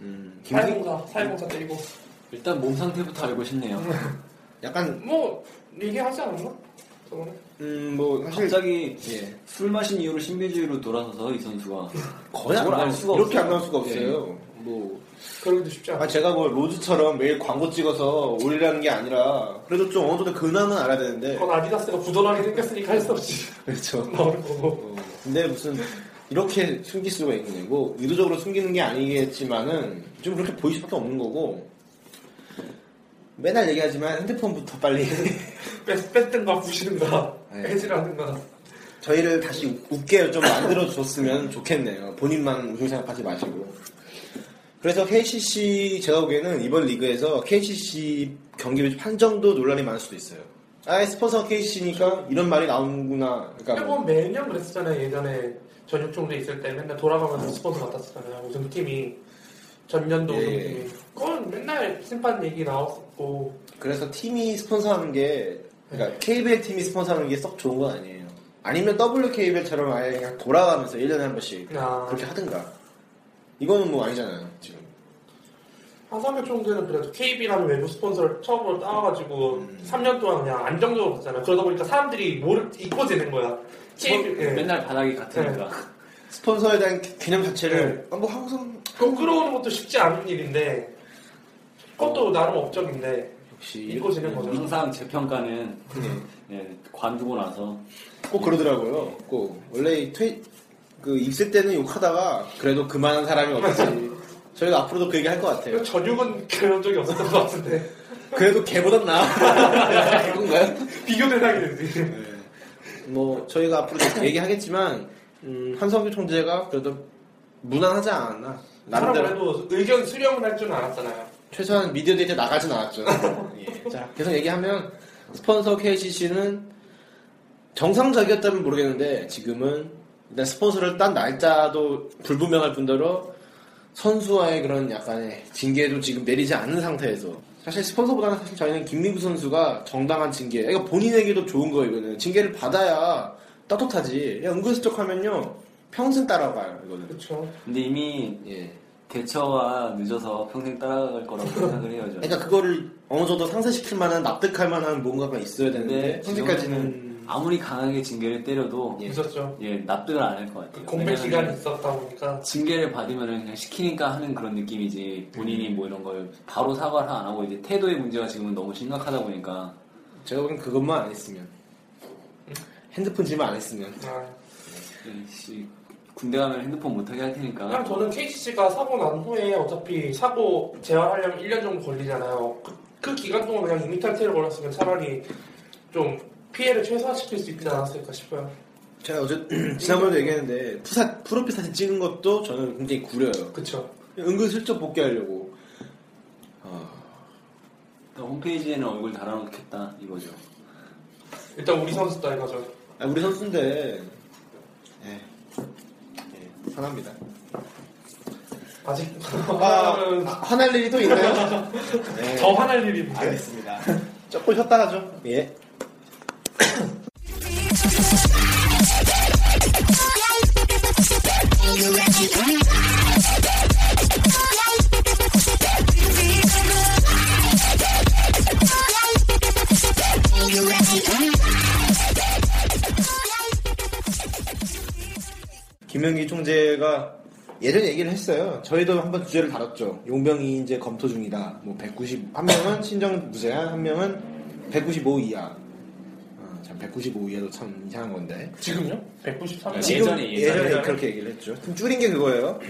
음, 뭐 김승 사회공사 사회공사 때리고 일단 몸 상태부터 알고 싶네요. 음. 약간 뭐 얘기하지 않았나? 저번에 음, 뭐 사실 갑자기 예. 술 마신 이후로 신비주의로 돌아서서 이 선수가 거의 안 그걸 알 나올 수가 수가 이렇게 없어요. 안 나올 수가 예. 없어요. 뭐 그러기도 쉽지 않아 아, 제가 뭐 로즈처럼 매일 광고 찍어서 올리라는 게 아니라 그래도 좀 어느 정도 근황은 알아야 되는데 어. 그건 아디다스가 부도나게 생겼으니까 할 수 없이 그렇죠. 나올 거고 어, 근데 무슨 이렇게 숨길 수가 있느냐고 뭐 의도적으로 숨기는 게 아니겠지만은 좀 그렇게 보일 수밖에 없는 거고 맨날 얘기하지만 핸드폰부터 빨리 뺐- 뺐든가 부시든가 네. 해지라든가 저희를 다시 웃- 웃게 좀 만들어줬으면 좋겠네요. 본인만 우승 생각하지 마시고. 그래서 KCC, 제가 보기에는 이번 리그에서 KCC 경기 배치 판정도 논란이 많을 수도 있어요. 아, 스폰서 KCC니까 이런 말이 나오는구나. 그러니까 뭐 일본 매년 그랬었잖아요 예전에 전역 총대 있을 때 맨날 돌아가면서 스폰서 맡았었잖아요 우승팀이 전년도 예. 우승팀이 그건 맨날 심판 얘기 나왔었고 그래서 팀이 스폰서하는 게 그러니까 KBL 팀이 스폰서하는 게 썩 좋은 건 아니에요. 아니면 WKBL처럼 아예 그냥 돌아가면서 1년에 한 번씩 아. 그렇게 하든가. 이거는 뭐 아니잖아요, 지금. 한삼백 총대는 그래도 KB라는 외부 스폰서를 처음으로 따와가지고 3년 동안 그냥 안정적으로 갔잖아요 그러다 보니까 사람들이 모를 잊고 지는 거야 KB 뭐, 예. 맨날 바닥이 같으니까 네. 스폰서에 대한 개념 자체를 아, 뭐 항상 그거 끌어오는 것도 쉽지 않은 일인데 그것도 나름 업적인데 역시 잊고 지는 거죠 예. 항상 제 평가는 예, 관두고 나서 네. 꼭 그러더라고요. 꼭 원래 퇴, 그 입세 때는 욕하다가 그래도 그만한 사람이 없지. 저희가 앞으로도 그 얘기 할 것 같아요. 전육은 그런 적이 없었던 것 같은데 그래도 개보단 나아. 그건가요? 비교 대상이 되지 뭐 저희가 앞으로 그 얘기하겠지만 음, 한성규 총재가 그래도 무난하지 않았나. 사람 나름대로 그래도 의견 수렴을 할 줄은 알았잖아요. 최소한 미디어 데이트 나가진 않았죠. 예. 자, 계속 얘기하면 스폰서 KCC는 정상적이었다면 모르겠는데 지금은 일단 스폰서를 딴 날짜도 불분명할 뿐더러 선수와의 그런 약간의 징계도 지금 내리지 않은 상태에서 사실 스폰서보다는 사실 저희는 김민구 선수가 정당한 징계 그러니까 본인에게도 좋은 거 이거는 징계를 받아야 떳떳하지 그냥 은근슬쩍 하면요 평생 따라가요 이거는 그렇죠. 근데 이미 예. 대처와 늦어서 평생 따라갈 거라고 생각을 해요 저는. 그러니까 그거를 어느 정도 상쇄시킬 만한 납득할 만한 뭔가가 있어야 되는데 근데 네, 현재까지는 지금은 아무리 강하게 징계를 때려도 예. 있었죠. 예, 납득을 안 할 것 같아요. 그 공백 왜냐면은 기간이 있었다 보니까 징계를 받으면은 그냥 시키니까 하는 그런 느낌이지 음. 본인이 뭐 이런 걸 바로 사과를 안 하고 이제 태도의 문제가 지금은 너무 심각하다 보니까 제가 보기엔 그것만 안 했으면 핸드폰 지만 안 했으면 아, 예, 씨, 군대 가면 핸드폰 못하게 할 그냥 테니까 저는 KCC가 사고 난 후에 어차피 사고 재활하려면 1년 정도 걸리잖아요. 그, 그 기간 동안 그냥 이미 탈퇴를 걸었으면 차라리 좀 피해를 최소화시킬 수 있지 않았을까 싶어요. 제가 어제 지난번에도 얘기했는데 푸사, 프로필 사진 찍은 것도 저는 굉장히 구려요 그쵸. 은근슬쩍 복귀하려고 아, 일단 홈페이지에는 얼굴 달아놓겠다 이거죠. 일단 우리 선수다 이거죠. 아, 우리 선수인데 예. 예, 화납니다 아직 아, 화나면 아, 화날 일이 또 있나요? 네. 더 화날 일이 있는데. 알겠습니다 조금 쉬었다 하죠 예. 김영기 총재가 예전 에 얘기를 했어요. 저희도 한번 주제를 다뤘죠. 용병이 이제 검토 중이다. 뭐 190, 한 명은 신정 무제한, 한 명은 195 이하. 어, 참, 195 이하도 참 이상한 건데. 지금요? 193. 지금- 네, 예전에, 예전에. 그렇게 얘기를 했죠. 좀 줄인 게 그거예요.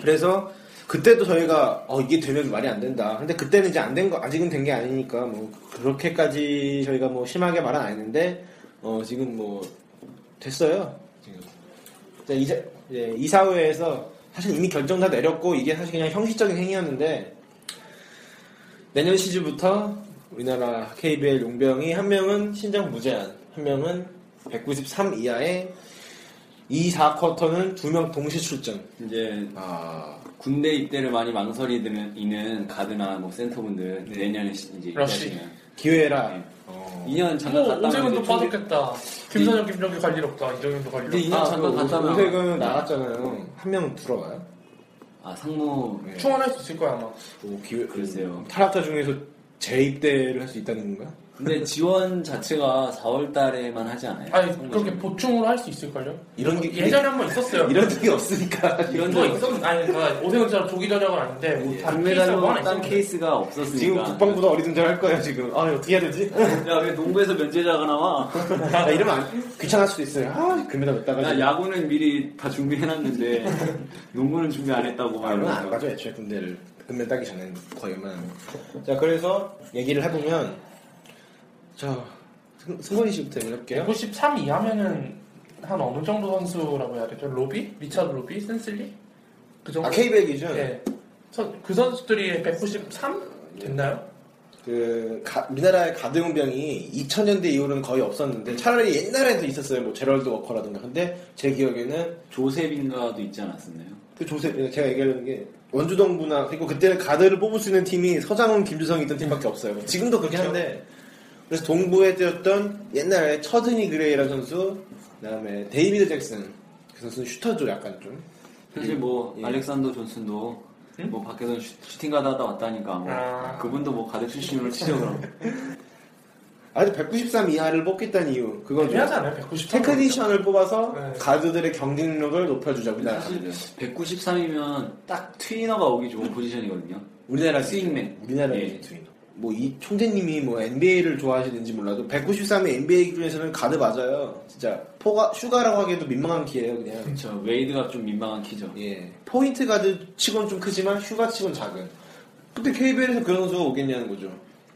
그래서 그때도 저희가 어, 이게 되면 말이 안 된다. 근데 그때는 이제 안 된 거, 아직은 된 게 아니니까 뭐 그렇게까지 저희가 뭐 심하게 말은 안 했는데 어, 지금 뭐 됐어요. 지금. 자, 이사, 예, 이사회에서 사실 이미 결정 다 내렸고 이게 사실 그냥 형식적인 행위였는데 내년 시즌부터 우리나라 KBL 용병이 한 명은 신장 무제한, 한 명은 193 이하의 2, 4쿼터는 두 명 동시 출전. 이제 아, 군대 입대를 많이 망설이는 이는 가드나 뭐 센터분들 네. 내년에 시- 이제 러쉬. 어. 입대하시면 기회라. 네. 어. 2년 뭐 잠깐 갔다 오면 오재근도 이제 좀- 빠졌겠다. 김선영, 김정규 관리 없다. 이정현도 관리 근데 없다. 2년 잠깐 갔다 오면 오색은 아, 그 나갔잖아요. 한 명 들어가요. 아 상무 네. 충원할 수 있을 거야 아마. 뭐 기회 글쎄요. 탈락자 중에서 재입대를 할 수 있다는 건가? 근데 지원 자체가 4월 달에만 하지 않아요? 아니 그렇게 보충을 할 수 있을걸요? 이런 게 예전에 한 번 있었어요. 이런 적이 없으니까 이런 거 있었 아니 그러니까 오세훈처럼 조기 전역은 아닌데 예. 뭐 다른 케이스가 뭐 단메달로 하나 딴 있었는데. 케이스가 없었으니까 지금 국방부도 어리둥절할 거예요 지금. 아 어떻게 해야 되지? 야왜 농구에서 면제자가 나와? 나 이러면 안- 귀찮을 수도 있어요. 아 금메달 못 따가지고. 나 야구는 미리 다 준비해놨는데 농구는 준비 안 했다고 얼막마 이러면서. 아, 안 가죠 애초에 군대를 군대 따기 전에는 거의 얼마나 자 그래서 얘기를 해보면 자 승- 승건이 씨부터 얘기할게요 193 이하면은 한 어느 정도 선수라고 해야 되죠? 로비? 리차드 로비? 센슬리? 그 정도? 아 K백 기준 예. 선- 그 선수들이 193 됐나요? 그 가- 우리나라의 가드 용병이 2000년대 이후로는 거의 없었는데 차라리 옛날에도 있었어요 뭐 제럴드 워커라든가 근데 제 기억에는 조셉인가도 있지 않았었나요? 그 조세 제가 얘기하려는 게 원주동부나 그리고 그때는 가드를 뽑을 수 있는 팀이 서장훈 김주성이 있던 팀밖에 음. 없어요 지금도 그렇긴 그렇죠. 한데 그래서 동부에 뛰었던 옛날에 처드니 그레이라는 선수 그다음에 데이비드 잭슨 그 선수는 슈터죠 약간 좀 사실 뭐 예. 알렉산더 존슨도 뭐 밖에서 슈, 팅 가다 하다 왔다니까 뭐 아. 그분도 뭐 가득 출신으로 치죠 그럼 아직 193 이하를 뽑겠다는 이유 그건 좀 애매하지 않아요? 193. 테크니션을 뽑아서 네. 가드들의 경쟁력을 높여주자 우리나라 사실 193이면 딱 트위너가 오기 좋은 포지션이거든요 우리나라 스윙맨. 우리나라 예. 트윈 뭐이 총재님이 뭐 NBA를 좋아하시는지 몰라도 193의 NBA 기준에서는 가드 맞아요 진짜 포가 슈가라고 하기에도 민망한 기회예요 그냥 저 웨이드가 좀 민망한 키죠 예 포인트 가드 치곤 좀 크지만 슈가 치곤 작은 근데 KBL에서 그런 선수가 오겠냐는 거죠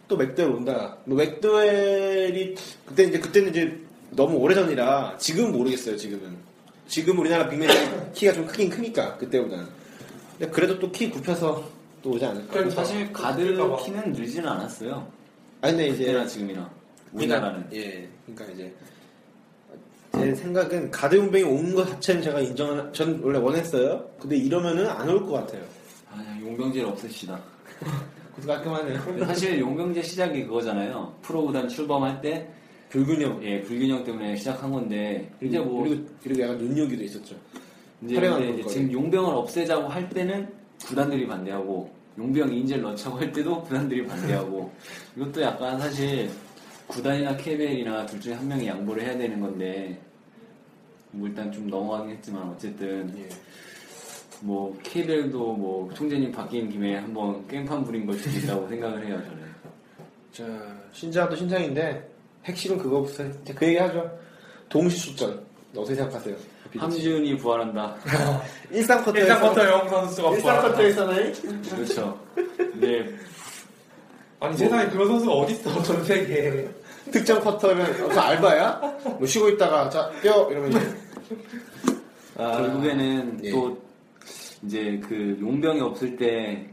또 맥도웰 온다 뭐 맥도웰이 그때 이제 그때는 이제 너무 오래전이라 지금은 모르겠어요 지금은 지금 우리나라 빅맨이 키가 좀 크긴 크니까 그때보다는 근데 그래도 또 키 굽혀서 또 오지 않을까 그러니까. 사실 가드 그럴까 뭐 봐. 키는 늘지는 않았어요 아니 근데 이제 그때나 지금이나 우리나라는 그러니까, 예, 그러니까 이제 제 생각은 가드 용병이 오는 것 자체는 제가 인정을 전 원래 원했어요. 근데 이러면은 안 올 것 같아요. 아, 용병제를 없앱시다 그래서 깔끔하네요. 사실 용병제 시작이 그거잖아요 프로구단 출범할 때 불균형. 예, 불균형 때문에 시작한 건데 이제 뭐 그리고, 그리고 약간 눈요기도 있었죠. 이제, 활용하는 근데 이제 거예요. 지금 용병을 없애자고 할 때는 구단들이 반대하고 용병 인재를 넣자고 할 때도 구단들이 반대하고 이것도 약간 사실 구단이나 KBL이나 둘 중에 한 명이 양보를 해야 되는 건데 뭐 일단 좀 넘어가긴 했지만 어쨌든 예. 뭐 KBL도 뭐 총재님 바뀐 김에 한번 깽판 부린 걸 수도 있다고 생각을 해요 저는 자 신장도 신장인데 핵심은 그거부터 이제 그 얘기하죠. 동시 출전. 어떻게 생각하세요? 함지훈이 부활한다 일상 쿼터에서 일단 버터 영 선수가 일상 부활한다. 쿼터에서는 그렇죠 근데 아니 세상에 그런 선수가 어딨어 전 세계에. 득점 쿼터면 그 알바야? 뭐 쉬고 있다가 자뼈 이러면 이제 아, 결국에는 예. 또 이제 그 용병이 없을 때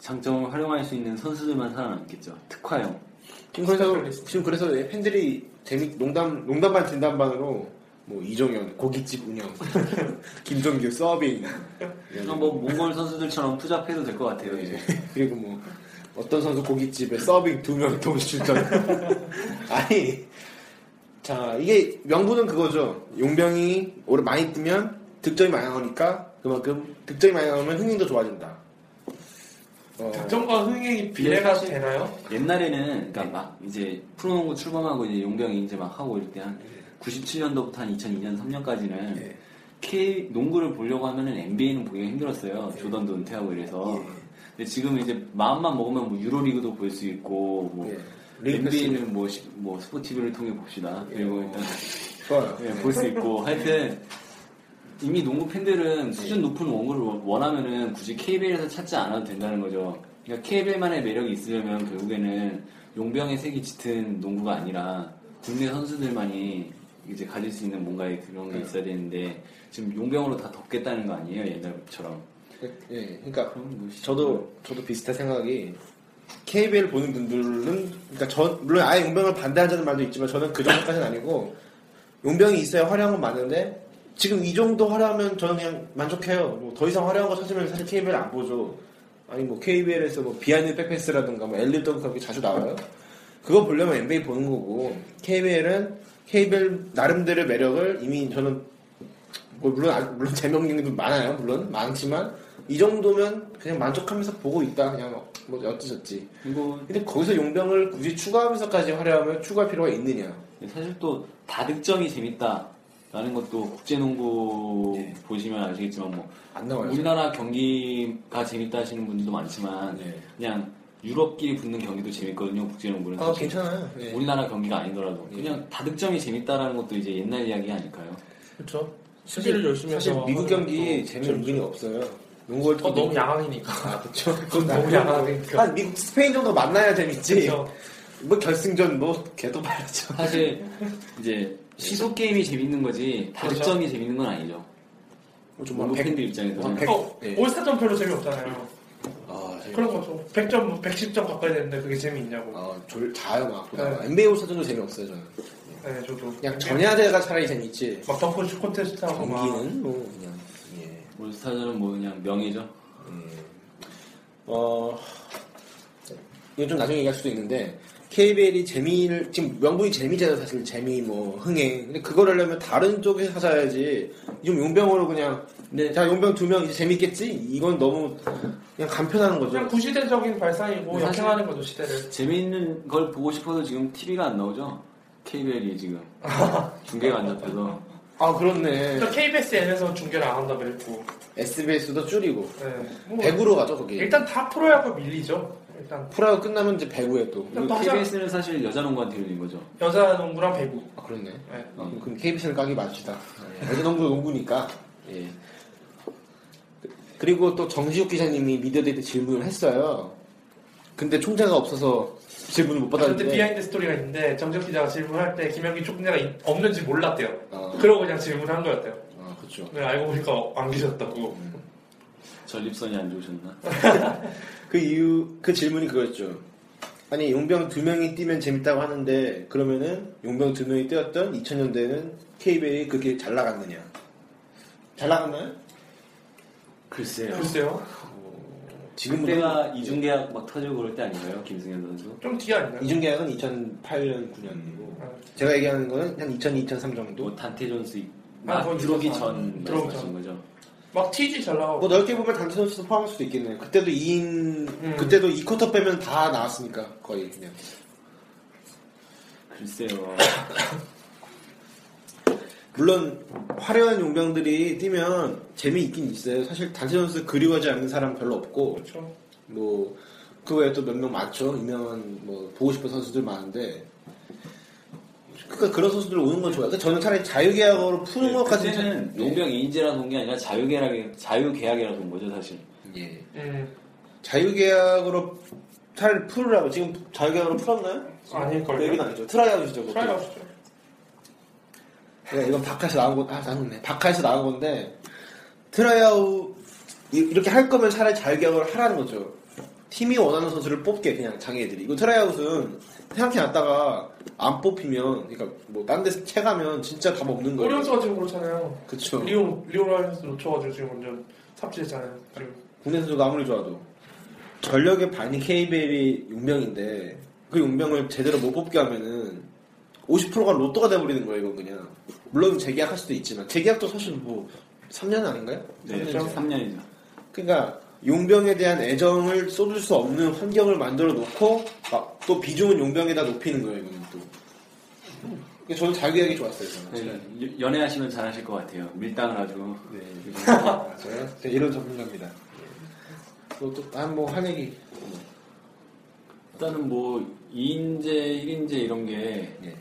장점을 활용할 수 있는 선수들만 살아남겠죠. 특화형. 지금 그래서 지금 그래서 예, 팬들이 재미 농담 농담 반 진담 반으로 뭐 이종현 고깃집 운영 김종규 서빙 그냥 뭐 몽골 선수들처럼 투잡해도 될 것 같아요. 예. 이제. 그리고 뭐 어떤 선수 고깃집에 서빙 두 명 동시 출전 아니 자 이게 명분은 그거죠 용병이 오래 많이 뜨면 득점이 많이 나오니까 그만큼 득점이 많이 나오면 흥행도 좋아진다 어, 득점과 흥행이 비례가 사실- 되나요? 옛날에는 그러니까 막 이제 프로농구 출범하고 이제 용병이 이제 막 하고 이럴 때 한 97년도부터 한 2002년 3년까지는 예. K 농구를 보려고 하면은 NBA는 보기가 힘들었어요. 조던도 은퇴하고 이래서. 예. 근데 지금 이제 마음만 먹으면 뭐 유로리그도 볼 수 있고 뭐 예. 리그 NBA는 뭐, 시- 뭐 스포티비를 통해 봅시다. 그리고 일단 좋아요 예, 볼 수 있고 하여튼 이미 농구 팬들은 수준 높은 농구를 원하면은 굳이 KBL에서 찾지 않아도 된다는 거죠. 그러니까 KBL만의 매력이 있으려면 결국에는 용병의 색이 짙은 농구가 아니라 국내 선수들만이 이제 가질 수 있는 뭔가의 그런 게 있어야 되는데 지금 용병으로 다 덮겠다는 거 아니에요 옛날처럼. 예, 그러니까 그럼 뭐 시- 저도 저도 비슷한 생각이 KBL 보는 분들은 그러니까 전 물론 아예 용병을 반대한다는 말도 있지만 저는 그 정도까지는 아니고 용병이 있어야 활용은 많은데 지금 이 정도 하라면 저는 그냥 만족해요. 뭐 더 이상 화려한 거 찾으면 사실 KBL 안 보죠. 아니 뭐 KBL에서 뭐 비하인드 백패스라든가 뭐 엘리트 덩크가 자주 나와요. 그거 보려면 NBA 보는 거고 KBL은 KBL 나름대로 매력을 이미 저는 뭐 물론 아- 물론 재명경기도 많아요. 물론 많지만 이 정도면 그냥 만족하면서 보고 있다. 그냥 뭐 어찌저찌. 그리고 근데 거기서 용병을 굳이 추가하면서까지 화려하면 추가할 필요가 있느냐? 사실 또 다득점이 재밌다라는 것도 국제농구 네. 보시면 아시겠지만 뭐 안 나와요. 음. 우리나라 경기가 재밌다 하시는 분들도 많지만 네. 그냥 유럽끼리 붙는 경기도 재밌거든요 국제농구는 아 사실. 괜찮아요. 예. 우리나라 경기가 아니더라도 예. 그냥 다득점이 재밌다라는 것도 이제 옛날 이야기 아닐까요? 그렇죠. 수비를 열심히 사실 해서 미국 하는 경기 재미는 것도 그렇죠. 어, 재밌죠. 의미 없어요. 농구를 어, 너무 양아이니까. 아 그렇죠. 그건 너무 양아이니까. 한 미국 스페인 정도 만나야 재밌지. 그렇죠. 뭐 결승전 뭐 걔도 말이죠. 사실 이제 시속 게임이 재밌는 거지 다득점이 그렇죠. 재밌는 건 아니죠. 뭐 농구 팬들 입장에서는 백- 어, 예. 올스타전 별로 재미없잖아요. 아, 재밌- 그런 거죠. 100점, 110점 가까이 되는데 그게 재미있냐고. 아, 졸 자요 막. 아, 네. NBA 올스타전도 재미없어요 저는. 네, 저도. 그냥 전야대가 차라리 재밌지. 막 덩크슛 콘테스트 하고 막. 경기는 뭐 그냥 예. 올스타전은 뭐 그냥 명예죠. 어, 이건 좀 나중에 얘기할 수도 있는데, KBL이 재미를, 지금 명분이 재미잖아요, 사실. 재미, 뭐, 흥행. 근데 그걸 하려면 다른 쪽에 찾아야지. 좀 용병으로 그냥, 네, 근데 자, 용병 두 명 이제 재밌겠지? 이건 너무 그냥 간편하는 그냥 거죠. 구시대적인 발상이고 네, 사실- 역행하는 거죠, 시대를. 재미있는 걸 보고 싶어도 지금 TV가 안 나오죠? KBL이 지금 중계가 안 잡혀서 아, 그렇네. 또 KBS N에서 중계를 안 한다고 했고. SBS도 줄이고. 네. 뭐, 배구로 가죠, 거기. 일단 다 프로야구 밀리죠. 일단 프라가 끝나면 이제 배구에 또. 그리고 그럼 또 하자. KBS는 사실 여자 농구한테 열린 거죠. 여자 농구랑 배구. 아, 그렇네. 네. 어, 그럼 KBS는 까기 맞추다. 어제 농구 농구니까. 예. 그- 그리고 또 정지욱 기자님이 미디어데이 때 질문을 했어요. 근데 총재가 없어서 질문을 못 근데 받았는데. 비하인드 스토리가 있는데 정적 기자가 질문할 때 김영기 총재가 있- 없는지 몰랐대요. 아, 그러고 그냥 질문한 거였대요. 아, 그렇죠. 네, 알고 보니까 안 계셨다고. 전립선이 안 좋으셨나? 그 이유 그 질문이 그거였죠. 아니 용병 두 명이 뛰면 재밌다고 하는데 그러면은 용병 두 명이 뛰었던 2000년대는 KBL이 그렇게 잘 나갔느냐? 잘 나갔나요? 네. 글쎄요. 글쎄요. 지금은 그때가 이중계약 막 터지고 그럴 때 아닌가요? 김승현 선수? 좀 뒤에 아닌가요? 이중계약은 2008년 9년이고 아, 제가 얘기하는 거는 한 2002, 2003 정도. 뭐 단테 존스 아, 막 거의 들어오기 있었어. 전 들어오기 말씀하신 거죠. 막 TG 잘 뭐 나가고. 넓게 보면 단체 선수도 포함할 수도 있겠네요. 그때도 2인, 음. 그때도 2쿼터 빼면 다 나왔으니까, 거의 그냥. 글쎄요. 물론, 화려한 용병들이 뛰면 재미있긴 있어요. 사실 단체 선수 그리워하지 않는 사람 별로 없고, 그렇죠. 뭐, 그 외에 또 몇 명 많죠. 유명한, 뭐, 보고 싶은 선수들 많은데. 그러니까 그니까 그런 선수들 오는 건 좋아요. 그러니까 저는 차라리 자유계약으로 푸는 것까지는. 네, 네. 그때는 참- 용병 2인제라서 온게 아니라 자유계약이, 자유계약이라서 온 거죠, 사실. 예. 음, 자유계약으로 차라리 풀으라고. 지금 자유계약으로 풀었나요? 아닐걸요? 그 얘기는 아니죠. 트라이아웃이죠. 그것도. 트라이 없죠. 야, 이건 바카에서 나온 건, 아, 나왔네. 바카에서 나온 건데, 트라이아웃, 이- 이렇게 할 거면 차라리 자유계약을 하라는 거죠. 팀이 원하는 선수를 뽑게, 그냥 자기네들이. 이거 트라이아웃은 생각해놨다가 안 뽑히면, 그러니까 뭐, 딴 데서 채가면 진짜 답 없는 거예요. 오리온스가 지금 그렇잖아요. 그쵸. 리오, 리오 라이언스 놓쳐가지고 지금 완전 삽질했잖아요. 지금. 국내 선수가 아무리 좋아도. 전력의 반이 KBL이 용병인데, 그 용병을 제대로 못 뽑게 하면은, 50%가 로또가 돼버리는 거예요, 이건 그냥. 물론 재계약할 수도 있지만, 재계약도 사실 뭐, 3년 아닌가요? 네, 삼 년이죠. 3년이죠. 그러니까 용병에 대한 애정을 쏟을 수 없는 환경을 만들어 놓고 막 또 비중은 용병에다 높이는 거예요 이거는 또. 그러니까 저는 자유계약이 좋았어요 저는. 네, 연애하시면 잘하실 것 같아요. 밀당을 아주. 네. 맞아요. 제가 이런 전문가입니다. 또한뭐한 얘기. 일단은 뭐 2인제, 1인제 이런 게 예.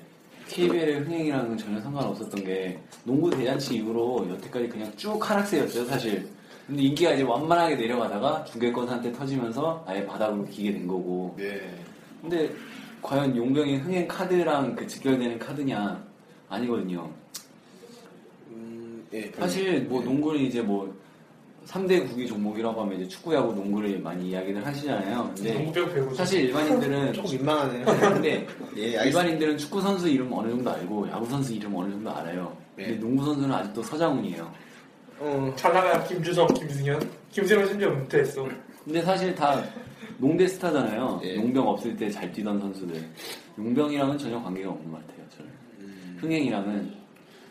KBL의 흥행이랑은 전혀 상관없었던 게 농구 대잔치 이후로 여태까지 그냥 쭉 하락세였죠 사실. 근데 인기가 이제 완만하게 내려가다가 중계권 한때 터지면서 아예 바닥으로 기게 된 거고. 네. 근데 과연 용병의 흥행 카드랑 그 직결되는 카드냐 아니거든요. 음, 예. 별로. 사실 뭐 예. 농구는 이제 뭐 3대 구기 종목이라고 하면 이제 축구, 야구, 농구를 많이 이야기를 하시잖아요. 근데 농구병 배구 네. 사실 일반인들은 조금 민망하네요. 근데 예, 알겠습니다. 아, 일반인들은 축구 선수 이름 어느 정도 알고 야구 선수 이름 어느 정도 알아요. 근데 네. 농구 선수는 아직도 서장훈이에요. 어, 잘 나가요 김주성 김승현 김승현 심지어 은퇴했어 근데 사실 다 농대 스타잖아요. 예. 용병 없을 때 잘 뛰던 선수들. 용병이랑은 전혀 관계가 없는 것 같아요. 저는 음. 흥행이랑은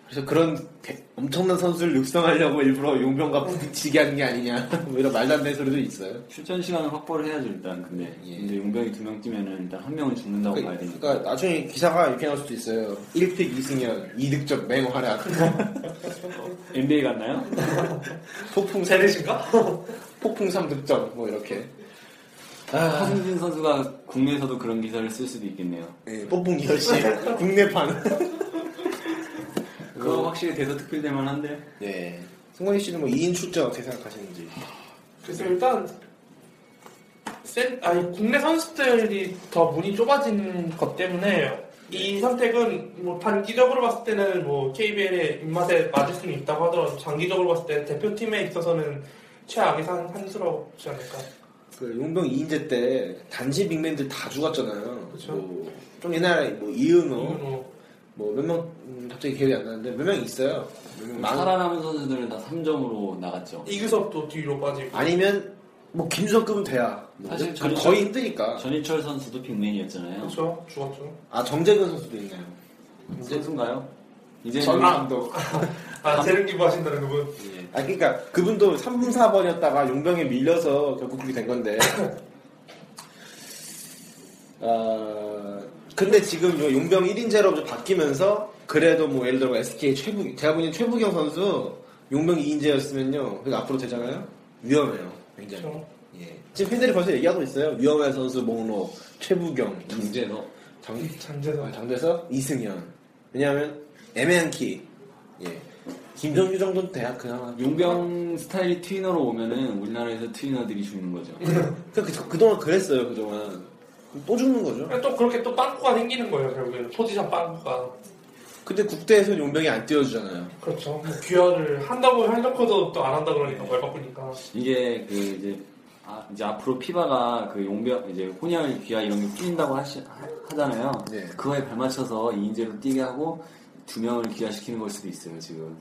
그래서 그런 대- 엄청난 선수를 육성하려고 일부러 용병과 부딪히게 하는 게 아니냐 뭐 이런 말도 안 되는 소리도 있어요. 출전 시간을 확보를 해야죠 일단. 근데 예. 근데 용병이 두 명 뛰면은 일단 한 명은 죽는다고 봐야 되니까. 그러니까 나중에 기사가 이렇게 나올 수도 있어요. 1픽 이승현, 2득점 맹활약, NBA 갔나요? 폭풍 세 세례신가? 폭풍 3득점 뭐 이렇게 허승진 선수가 국내에서도 그런 기사를 쓸 수도 있겠네요. 예, 폭풍 이열씨 국내판. 그거 확실히 대서 특필될 만한데. 네. 승관이 씨는 뭐 2인 출전 어떻게 생각하시는지. 그래서 일단 센, 아니, 국내 선수들이 더 문이 좁아진 것 때문에 이 선택은 뭐 단기적으로 봤을 때는 뭐 KBL의 입맛에 맞을 수는 있다고 하더라도 장기적으로 봤을 때 대표팀에 있어서는 최악의 한, 한 수라고 보지 않을까. 그 용병 2인제 때 단지 빅맨들 다 죽었잖아요. 그쵸. 음. 뭐, 좀 옛날에 뭐 이은호 이유로 뭐 몇 명 갑자기 기억이 안 나는데 몇 명 있어요. 몇명 살아남은 선수들은 다 3점으로 나갔죠. 이규섭도 뒤로 빠지고 아니면 뭐 김주성급은 돼야. 뭐 사실 그 저는- 거의 힘드니까. 전희철 선수도 빅맨이었잖아요. 그렇죠 죽었죠. 아 정재근 선수도 있나요? 그 선수인가요? 이제 전 감독. 아 재능 기부하신다는 그분 아 그러니까 그분도 3분 4번이었다가 용병에 밀려서 결국 그게 된 건데. 어, 근데 지금 요 용병 1인제로 바뀌면서 그래도 뭐 예를 들어 SK 최부 제가 보기엔 최부경 선수 용병 2인제였으면요. 그 앞으로 되잖아요. 위험해요. 굉장히. 그렇죠. 예. 지금 팬들이 벌써 얘기하고 있어요. 위험한 선수 목록 최부경 이제 너 장, 장재성 장대서 이승현. 왜냐하면 애매한 키. 예. 김정규 정도는 대학 그나마 용병 스타일이 트위너로 오면은 우리나라에서 트위너들이 죽는 거죠. 그, 그, 그동안 그랬어요, 그동안. 또 죽는 거죠. 아, 또 그렇게 또 빵꾸가 생기는 거예요 결국에는 포지션 빵꾸가 근데 국대에서는 용병이 안 띄워주잖아요. 그렇죠 뭐 귀화를 한다고 해놓고도 또 안 한다 그러니까 벌받꾸니까 이게 그 이제 아, 이제 앞으로 피바가 그 용병 이제 혼혈 귀하 이런 게 풀린다고 하시, 하- 하잖아요. 네. 그거에 발맞춰서 2인제로 뛰게 하고 두 명을 귀화시키는 걸 수도 있어요 지금.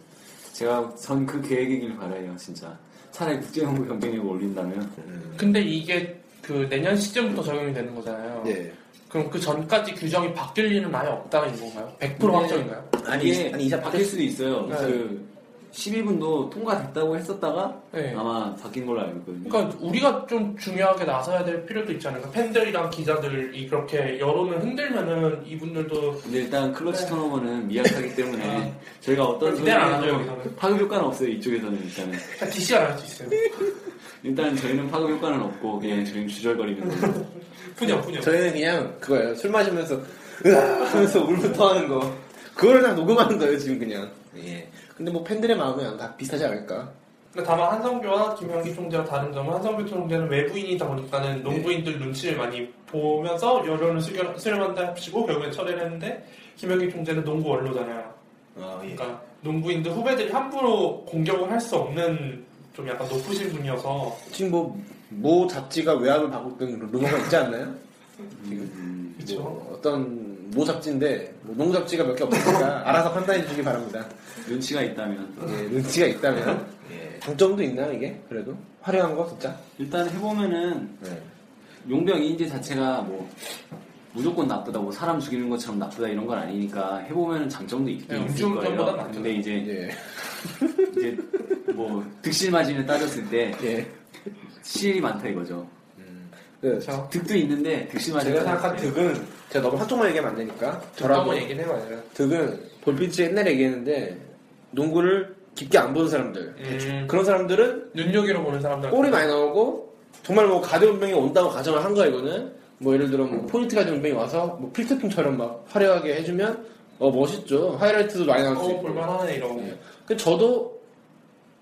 제가 전 그 계획이길 바라요 진짜. 차라리 국제농구 경쟁력을 올린다면 근데 이게 그 내년 시즌부터 적용이 되는 거잖아요. 예. 그럼 그 전까지 규정이 바뀔 리는 아예 없다는 건가요? 100% 네. 확정인가요? 아니, 이게 아니, 이사 바뀔 수도 있어요. 네. 그 11분도 통과됐다고 했었다가 네. 아마 바뀐 걸로 알고 있거든요. 그러니까 우리가 좀 중요하게 나서야 될 필요도 있지 않을까? 팬들이랑 기자들이 그렇게 여론을 흔들면은 이분들도 근데 일단 네. 클러치 턴오버는 미약하기 때문에 저희가 어떤 기대를 아. 안 소리를 하죠, 해도 여기서는. 파급 효과는 없어요 이쪽에서는 일단은 DC가 날 수 있어요. 일단 저희는 파급 효과는 없고 그냥 저희는 주절거리는 거예요 분여, 분여. 저희는 그냥 그거예요. 술 마시면서, 으아! 하면서 울부터 하는 거. 그거를 다 녹음하는 거예요, 지금 그냥. 예. 근데 뭐 팬들의 마음은 다 비슷하지 않을까? 근데 다만 한성규와 김영기 총재와 다른 점은 한성규 총재는 외부인이다 네. 보니까는 농구인들 눈치를 많이 보면서 여론을 수렴- 수렴한다 합치고 결국엔 철회를 했는데 김영기 총재는 농구 원로잖아요. 아, 그러니까 농구인들 후배들이 함부로 공격을 할 수 없는 좀 약간 높으신 분이어서 지금 뭐, 모 잡지가 외압을 받고 있는 루머가 있지 않나요? 음, 그렇죠. 뭐 어떤 모 잡지인데, 뭐 농구 잡지가 몇 개 없으니까 알아서 판단해 주시기 바랍니다. 눈치가 있다면 음. 예, 눈치가 있다면. 예. 장점도 있나요, 이게? 그래도? 화려한 거, 진짜? 일단 해보면은 네. 용병 인재 자체가 뭐 무조건 나쁘다 뭐 사람 죽이는 것처럼 나쁘다 이런 건 아니니까 해보면은 장점도 있긴 네, 있을 음주운전보다 거예요 낫죠. 근데 이제 예. 이제 뭐 득실마진을 따졌을 때 예. 실이 많다 이거죠 그, 그렇죠. 득도 있는데 득실마진 제가 생각한 득은, 제가 너무 한쪽만 얘기하면 안 되니까. 저라고. 한번 얘기를 해봐요. 득은, 볼빛이 옛날에 얘기했는데, 농구를 깊게 안 보는 사람들. 음, 그런 사람들은 눈여기로 보는 사람들. 골이 많이 나오고, 정말 뭐 가벼운 병이 온다고 가정을 한 거야, 이거는. 뭐 예를 들어, 뭐 포인트 가져온 병이 와서, 뭐 필터핑처럼 막 화려하게 해주면, 어, 멋있죠. 하이라이트도 많이 나올 수 어, 있고. 볼만하네 이러고. 예. 그 저도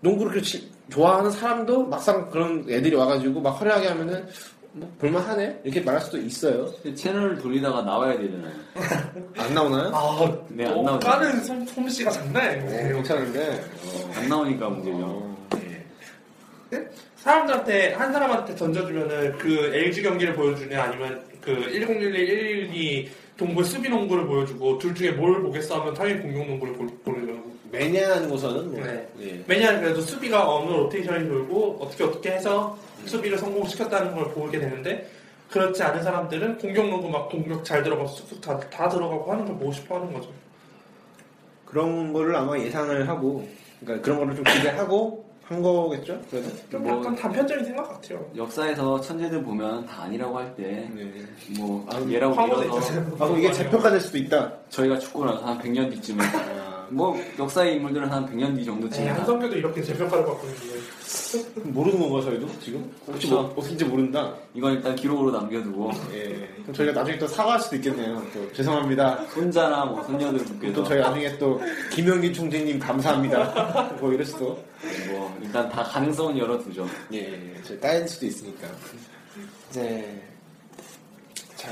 농구를 그렇게 치- 좋아하는 사람도 막상 그런 애들이 와가지고 막 화려하게 하면은 뭐 볼만하네 이렇게 말할 수도 있어요. 채널을 돌리다가 나와야 되잖아요 안 나오나요? 아, 네, 또 안 나오죠. 까는 솜- 솜씨가 장난 오, 아니에요. 괜찮은데. 안 나오니까 문제죠. 예. 사람들한테 한 사람한테 던져주면은 그 LG 경기를 보여주냐 아니면 그 1011, 112 동부 수비 농구를 보여주고 둘 중에 뭘 보겠어 하면 당연히 공격 농구를 보- 보는 거고 매니아하고서는 뭐, 네. 예. 왜냐하면 그래도 수비가 어느 로테이션이 돌고 어떻게 어떻게 해서 수비를 성공시켰다는 걸 보게 되는데 그렇지 않은 사람들은 공격 농구 막 공격 잘 들어가고 쑥쑥 다, 다 들어가고 하는 걸 보고 싶어 하는 거죠. 그런 거를 아마 예상을 하고 그러니까 그런 거를 좀 기대하고 한 거겠죠? 그래서 좀 뭐- 약간 단편적인 생각 같아요. 역사에서 천재들 보면 다 아니라고 할 때 뭐 네. 얘라고 황홀해 밀어서 있잖아요. 아 그럼 이게 재평가 될 수도 있다. 저희가 죽고 나서 한 100년 뒤쯤에 뭐 역사의 인물들은 한 100년 뒤 에이, 정도쯤에 네, 한성규도 이렇게 재평가를 받고 있는데 모르는 건가 저희도 지금? 혹시 그렇죠. 뭐, 어떻게인지 모른다. 이건 일단 기록으로 남겨두고 예. 그럼 저희가 나중에 또 사과할 수도 있겠네요. 또 죄송합니다. 손자나 뭐 손녀들 또 묶여서 저희 나중에 또 김영민 총재님 감사합니다. 뭐 이럴 수도. 뭐 일단 다 가능성은 열어두죠. 예, 예, 예. 저희 따일 수도 있으니까. 네. 자,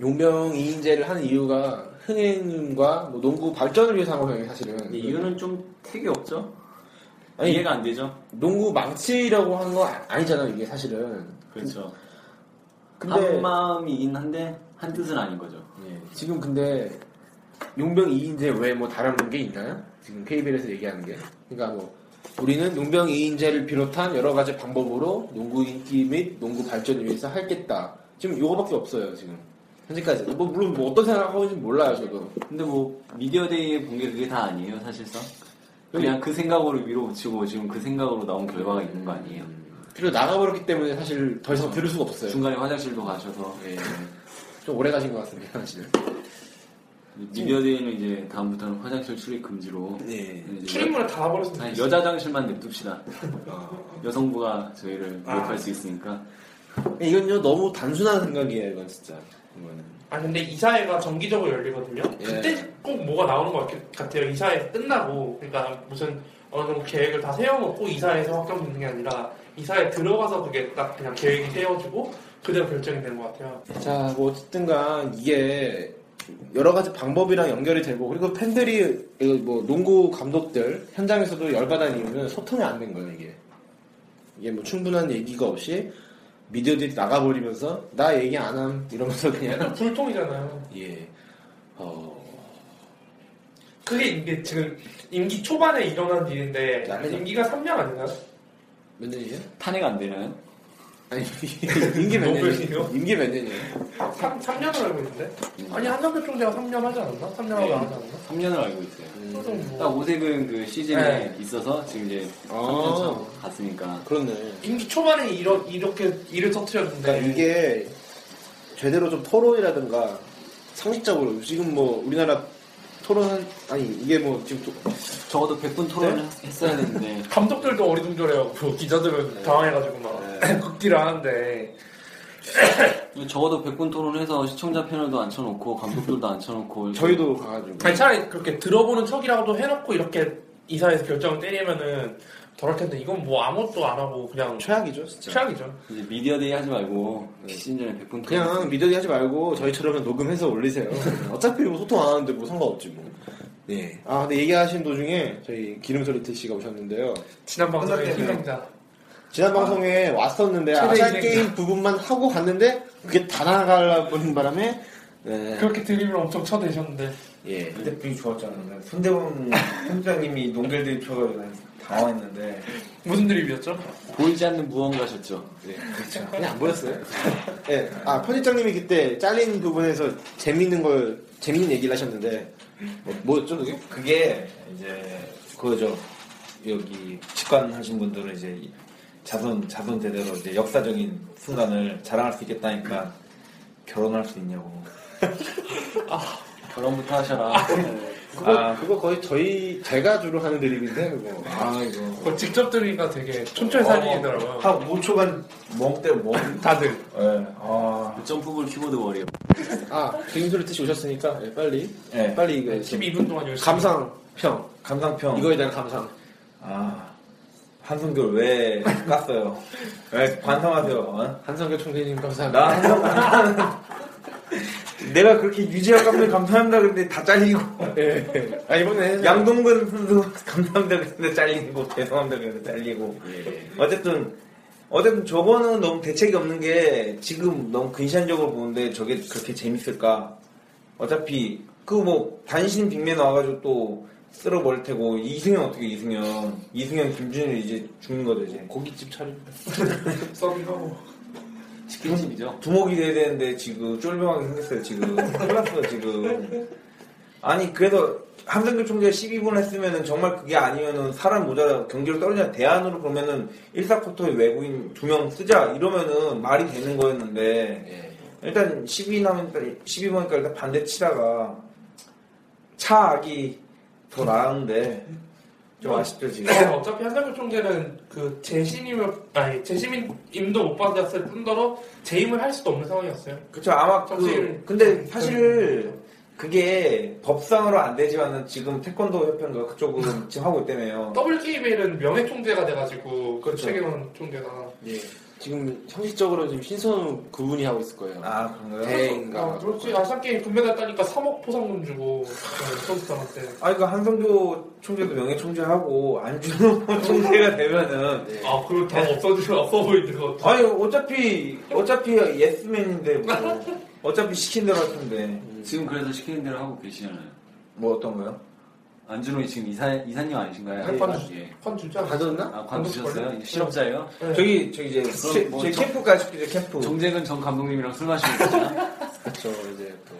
용병 이인제를 하는 이유가 흥행과 뭐 농구 발전을 위해서 한 거예요, 사실은. 근데 이유는 좀 택이 없죠. 아니, 이해가 안 되죠. 농구 망치려고 한 거 아니잖아요, 이게 사실은. 그렇죠. 근데 한 마음이긴 한데 한 뜻은 아닌 거죠. 예, 지금 근데 용병 2인제 외에 뭐 다른 게 있나요? 지금 KBL에서 얘기하는 게. 그러니까 뭐 우리는 용병 2인제를 비롯한 여러 가지 방법으로 농구 인기 및 농구 발전을 위해서 하겠다. 지금 요거밖에 없어요, 지금. 현재까지. 뭐 물론 뭐 어떤 생각하고 있는지 몰라요, 저도. 근데 뭐 미디어데이에 본 게 그게 다 아니에요, 사실상. 그냥 그 생각으로 밀어붙이고 지금 그 생각으로 나온 결과가 있는 거 아니에요. 그리고 나가버렸기 때문에 사실 더 이상 들을 수가 없어요. 중간에 화장실도 가셔서 예. 좀 오래 가신 것 같습니다, 사실은. 미디어데이는 이제 다음부터는 화장실 출입 금지로 네. 이제 출입문을 다 여- 버렸습니다. 아니, 여자 장실만 냅둡시다. 아. 여성부가 저희를 모욕할 수 있으니까 이건요, 너무 단순한 생각이에요, 이건 진짜. 이거는. 아 근데 이사회가 정기적으로 열리거든요. 예. 그때 꼭 뭐가 나오는 것 같- 같아요. 이사회 끝나고 그러니까 무슨 어느 정도 계획을 다 세워놓고 이사회에서 확정 짓는 게 아니라 이사회 들어가서 그게 딱 그냥 계획이 세워지고 그대로 결정이 되는 것 같아요. 자, 뭐 어쨌든 간 이게 여러 가지 방법이랑 연결이 되고 그리고 팬들이 이거 뭐 농구 감독들 현장에서도 열받은 이유는 소통이 안 된 거예요, 이게. 이게 뭐 충분한 얘기가 없이 미디어들이 나가버리면서 나 얘기 안 함 이러면서 그냥 불통이잖아요. 예. 어. 그게 이게 지금 임기 초반에 일어난 일인데 나가죠. 임기가 3년 아닌가요? 몇 년이에요? 탄핵 안 되나요? 아니, 임기 몇 농구예요? 년이에요? 임기 몇 년이에요? 3, 3년을 알고 있는데 음. 아니 한정표 총재가 3년 하지 않았나? 3년하고 네. 안 하지 않았나? 3년을 알고 있어요. 음, 그래서 딱 뭐 오색은 그 시즌에 네. 있어서 지금 이제 아. 3년 차 갔으니까 그렇네. 임기 초반에 이러, 이렇게 일을 그러니까 터트렸는데 이게 제대로 좀 토론이라든가 상식적으로 지금 뭐 우리나라 토론 아니 이게 뭐 지금 또- 적어도 100분 토론을 했어야 되는데 감독들도 어리둥절해요. 그 기자들은 네. 당황해가지고 막 극기를 하는데 적어도 100분 토론해서 시청자 패널도 앉혀놓고 감독들도 앉혀놓고 저희도 가가지고 아니 차라리 그렇게 들어보는 척이라고도 해놓고 이렇게 이사에서 결정을 때리면은 덜할 텐데 이건 뭐 아무것도 안 하고 그냥 최악이죠 진짜. 최악이죠. 이제 미디어데이 하지 말고 그 시즌에 100분 토론 그냥 미디어 하지 말고 저희처럼 녹음해서 올리세요. 어차피 뭐 소통 안 하는데 뭐 상관없지 뭐. 네. 아 근데 얘기하신 도중에 저희 기름소리트 씨가 오셨는데요. 지난 방송에 끝났겠네요. 희생자. 지난 방송에 왔었는데 최대 아시안 진행자. 게임 부분만 하고 갔는데 그게 다 나가버린 바람에 네. 그렇게 드립을 엄청 쳐대셨는데 예. 그때 이 좋았잖아요. 손대범 팀장님이 농결대 쳐가지고 당황했는데 무슨 드립이었죠? 보이지 않는 무언가셨죠. 네. 그냥 안 보였어요. 예. 아, 편집장님이 그때 잘린 부분에서 재밌는 걸, 재밌는 얘기를 하셨는데, 뭐, 뭐였죠, 그게? 그게 이제 그거죠. 여기 직관하신 분들은 이제 자손 자손 대대로 이제 역사적인 순간을 자랑할 수 있겠다니까 결혼할 수 있냐고. 결혼부터 하셔라. 그거, 아. 그거 거의 저희, 제가 주로 하는 드립인데, 그거. 아 이거. 그거 직접 들으니까 되게 촌철살인이더라고요. 어, 한 5초간 멍때 멍. 다들 예. 아. 점프볼 키보드 워리어. 아, 김소리 뜻이 오셨으니까, 예, 빨리. 예. 빨리 이거. 좀 12분 동안 열심히 감상평. 감상평. 이거에 대한 감상. 아. 한승결 왜 깠어요? 왜 반성하세요. 어? 한성규 총재님 감사합니다. 나 한성규 내가 그렇게 유재학 감독님 감사합니다 그랬는데 다 잘리고 아, 이번에 양동근 선수 감사합니다 그랬는데 잘리고 죄송합니다 그랬는데 잘리고 어쨌든 어쨌든 저거는 너무 대책이 없는 게 지금 너무 근시안적으로 보는데 저게 그렇게 재밌을까 어차피 그 뭐 단신 빅맨 와가지고 또 쓸어버릴 테고 이승현 어떻게 이승현 이승현 김준일 이제 죽는 거죠 이제 고깃집 차림 썩이고 치킨집이죠. 두목이 돼야 되는데 지금 쫄병하게 생겼어요 지금 큰일 났어 지금 아니 그래도 함성규 총재 12분 했으면은 정말 그게 아니면은 사람 모자라 경기를 떨어지냐 대안으로 그러면은 1사쿼터에 외국인 두 명 쓰자 이러면은 말이 되는 거였는데 예. 일단 12 나면 12번이니까 일단 반대 치다가 차악이 더 나은데 좀 아쉽죠 네. 지금 어차피 한상규 총재는 그 재심임을 아니 재심임도 못 받았을 뿐더러 재임을 할 수도 없는 상황이었어요. 그쵸 아마 사실- 그 근데 사실 그게 법상으로 안 되지만은 지금 태권도 협회인가 그쪽은 지금 하고 있다며요. WKBL은 명예 총재가 돼가지고 그 그렇죠. 최경원 총재가 예. 지금 형식적으로 지금 신선우 그분이 하고 있을 거예요. 아 어, 그런가요? 그러니까. 아, 그렇지 아시안 게임 금메달 따니까 3억 포상금 주고 선수들한테 아 그러니까 한성교 총재도 명예 총재하고 안준호 총재가 되면은 예. 아 그걸 다 없어지고 없어 보이는 것 같아. 아니 어차피 어차피 예스맨인데 뭐 어차피 시킨 대로 할 텐데 지금 그래서 시키는 대로 하고 계시잖아요. 뭐 어떤 거요? 안준호 지금 이사 이사님 아니신가요? 네, 맞아요. 예. 판 주자. 가졌나? 아, 관 주셨어요? 이제 실업자예요? 네. 저기 저기 이제 제, 뭐 제 정- 캠프까지 시키죠 캠프. 정재근 전 감독님이랑 술 마시는 거잖아. 저 이제 또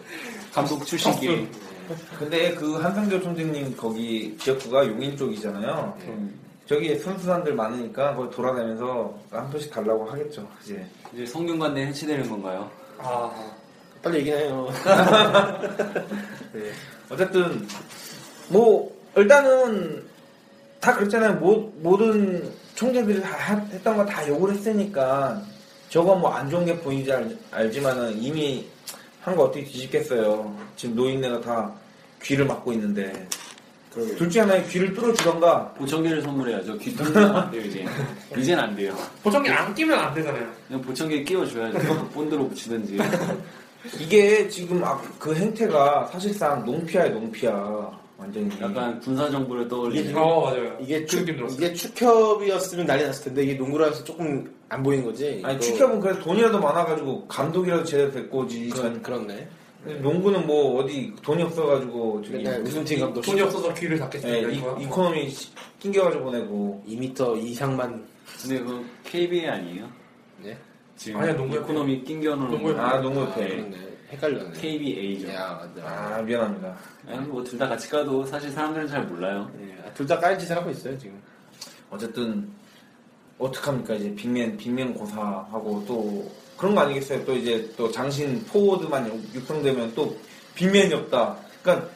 감독 출신끼리. 근데 그 한성교 총재님 거기 지역구가 용인 쪽이잖아요. 음. 저기 순수산들 많으니까 거기 돌아다니면서 한 표씩 달라고 하겠죠. 이제 이제 성균관대 해체되는 건가요? 아 빨리 얘기해요. 어. 어쨌든 뭐 일단은 다 그렇잖아요. 모, 모든 총재들이 다 하- 했던 거 다 욕을 했으니까 저거 뭐 안 좋은 게 보이지 알, 지만은 이미 한 거 어떻게 뒤집겠어요. 지금 노인네가 다 귀를 막고 있는데 둘 중에 하나에 귀를 뚫어주던가 보청기를 선물해야죠. 귀뚜는 안 돼요, 이제. 이젠 안 돼요. 보정기 안 끼면 안 되잖아요. 그냥 보청기 끼워줘야죠. 본드로 붙이든지. 이게 지금 아- 그 행태가 사실상 농피아의 농피아 완전히 약간 군사정부를 떠올리는. 어 맞아요. 이게 그 축 느낌 들었어요. 이게 축협이었으면 난리 났을 텐데 이게 농구라서 조금 안 보이는 거지. 아니 이거- 축협은 그래도 돈이라도 많아가지고 감독이라도 제대로 됐고지 그런 그렇네. 농구는 뭐 어디 돈이 없어가지고 저기 맨날 우승팀 감독 돈이 없어서 귀를 닫겠지. 예, 이, 코노미 낑겨가지고 보내고 2m 이상만 근데 그거 KBA 아니에요? 네. 지금 아니야, 농구협회. 이코노미 낑겨놓은 농구협회. 거. 아 농구협회 그렇네. 헷갈렸네. KBA죠. 야, 맞다. 아 미안합니다 뭐둘 다 같이 가도 사실 사람들은 잘 몰라요. 네. 아, 둘다 까는 짓을 하고 있어요 지금. 어쨌든 어떡합니까 이제 빅맨 빅맨 고사하고 또 그런 거 아니겠어요 또 이제 또 장신 포워드만 육- 육성되면 또 빅맨이 없다 그러니까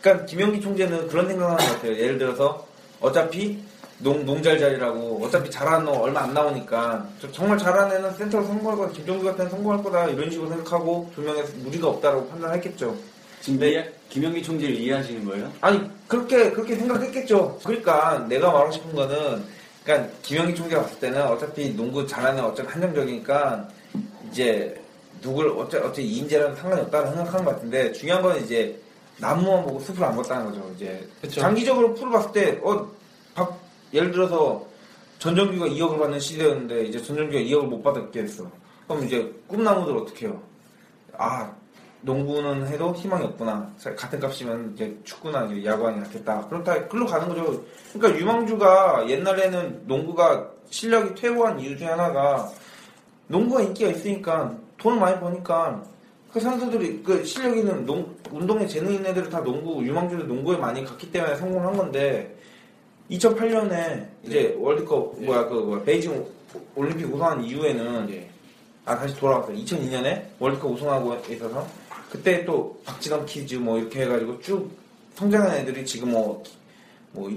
그러니까 김영기 총재는 그런 생각하는 것 같아요 예를 들어서 어차피 농 농잘잘이라고 어차피 잘하는 놈 얼마 안 나오니까 저- 정말 잘하는 애는 센터로 성공할 거다 김종규 같은 애는 성공할 거다 이런 식으로 생각하고 조명에서 무리가 없다라고 판단했겠죠 지금 네. 이해- 김영기 총재를 이해하시는 거예요? 아니 그렇게 그렇게 생각했겠죠. 그러니까 내가 말하고 싶은 거는 그러니까 김영기 총재가 봤을 때는 어차피 농구 잘하는 어차피 한정적이니까 이제 누굴 어째 어째 인재랑 상관이 없다는 생각하는 것 같은데 중요한 건 이제 나무만 보고 숲을 안 봤다는 거죠. 이제 그쵸. 장기적으로 풀을 봤을 때어 박- 예를 들어서 전정규가 2억을 받는 시대였는데 이제 전정규가 2억을 못 받게 됐어. 그럼 이제 꿈나무들 어떻게 해요? 아 농구는 해도 희망이 없구나. 같은 값이면 이제 축구나 이제 야구하는 게 낫겠다. 그럼 다 글로 가는 거죠. 그러니까 유망주가 옛날에는 농구가 실력이 퇴보한 이유 중에 하나가 농구가 인기가 있으니까 돈을 많이 버니까 그 선수들이 그 실력 있는 농, 운동에 재능 있는 애들은 다 농구 유망주들 농구에 많이 갔기 때문에 성공을 한 건데 2008년에 이제 월드컵 뭐야 그 뭐야 베이징 올림픽 우승한 이후에는 예. 아 다시 돌아왔어요. 2002년에 월드컵 우승하고 있어서 그때 또 박지성 키즈 뭐 이렇게 해가지고 쭉 성장한 애들이 지금 뭐뭐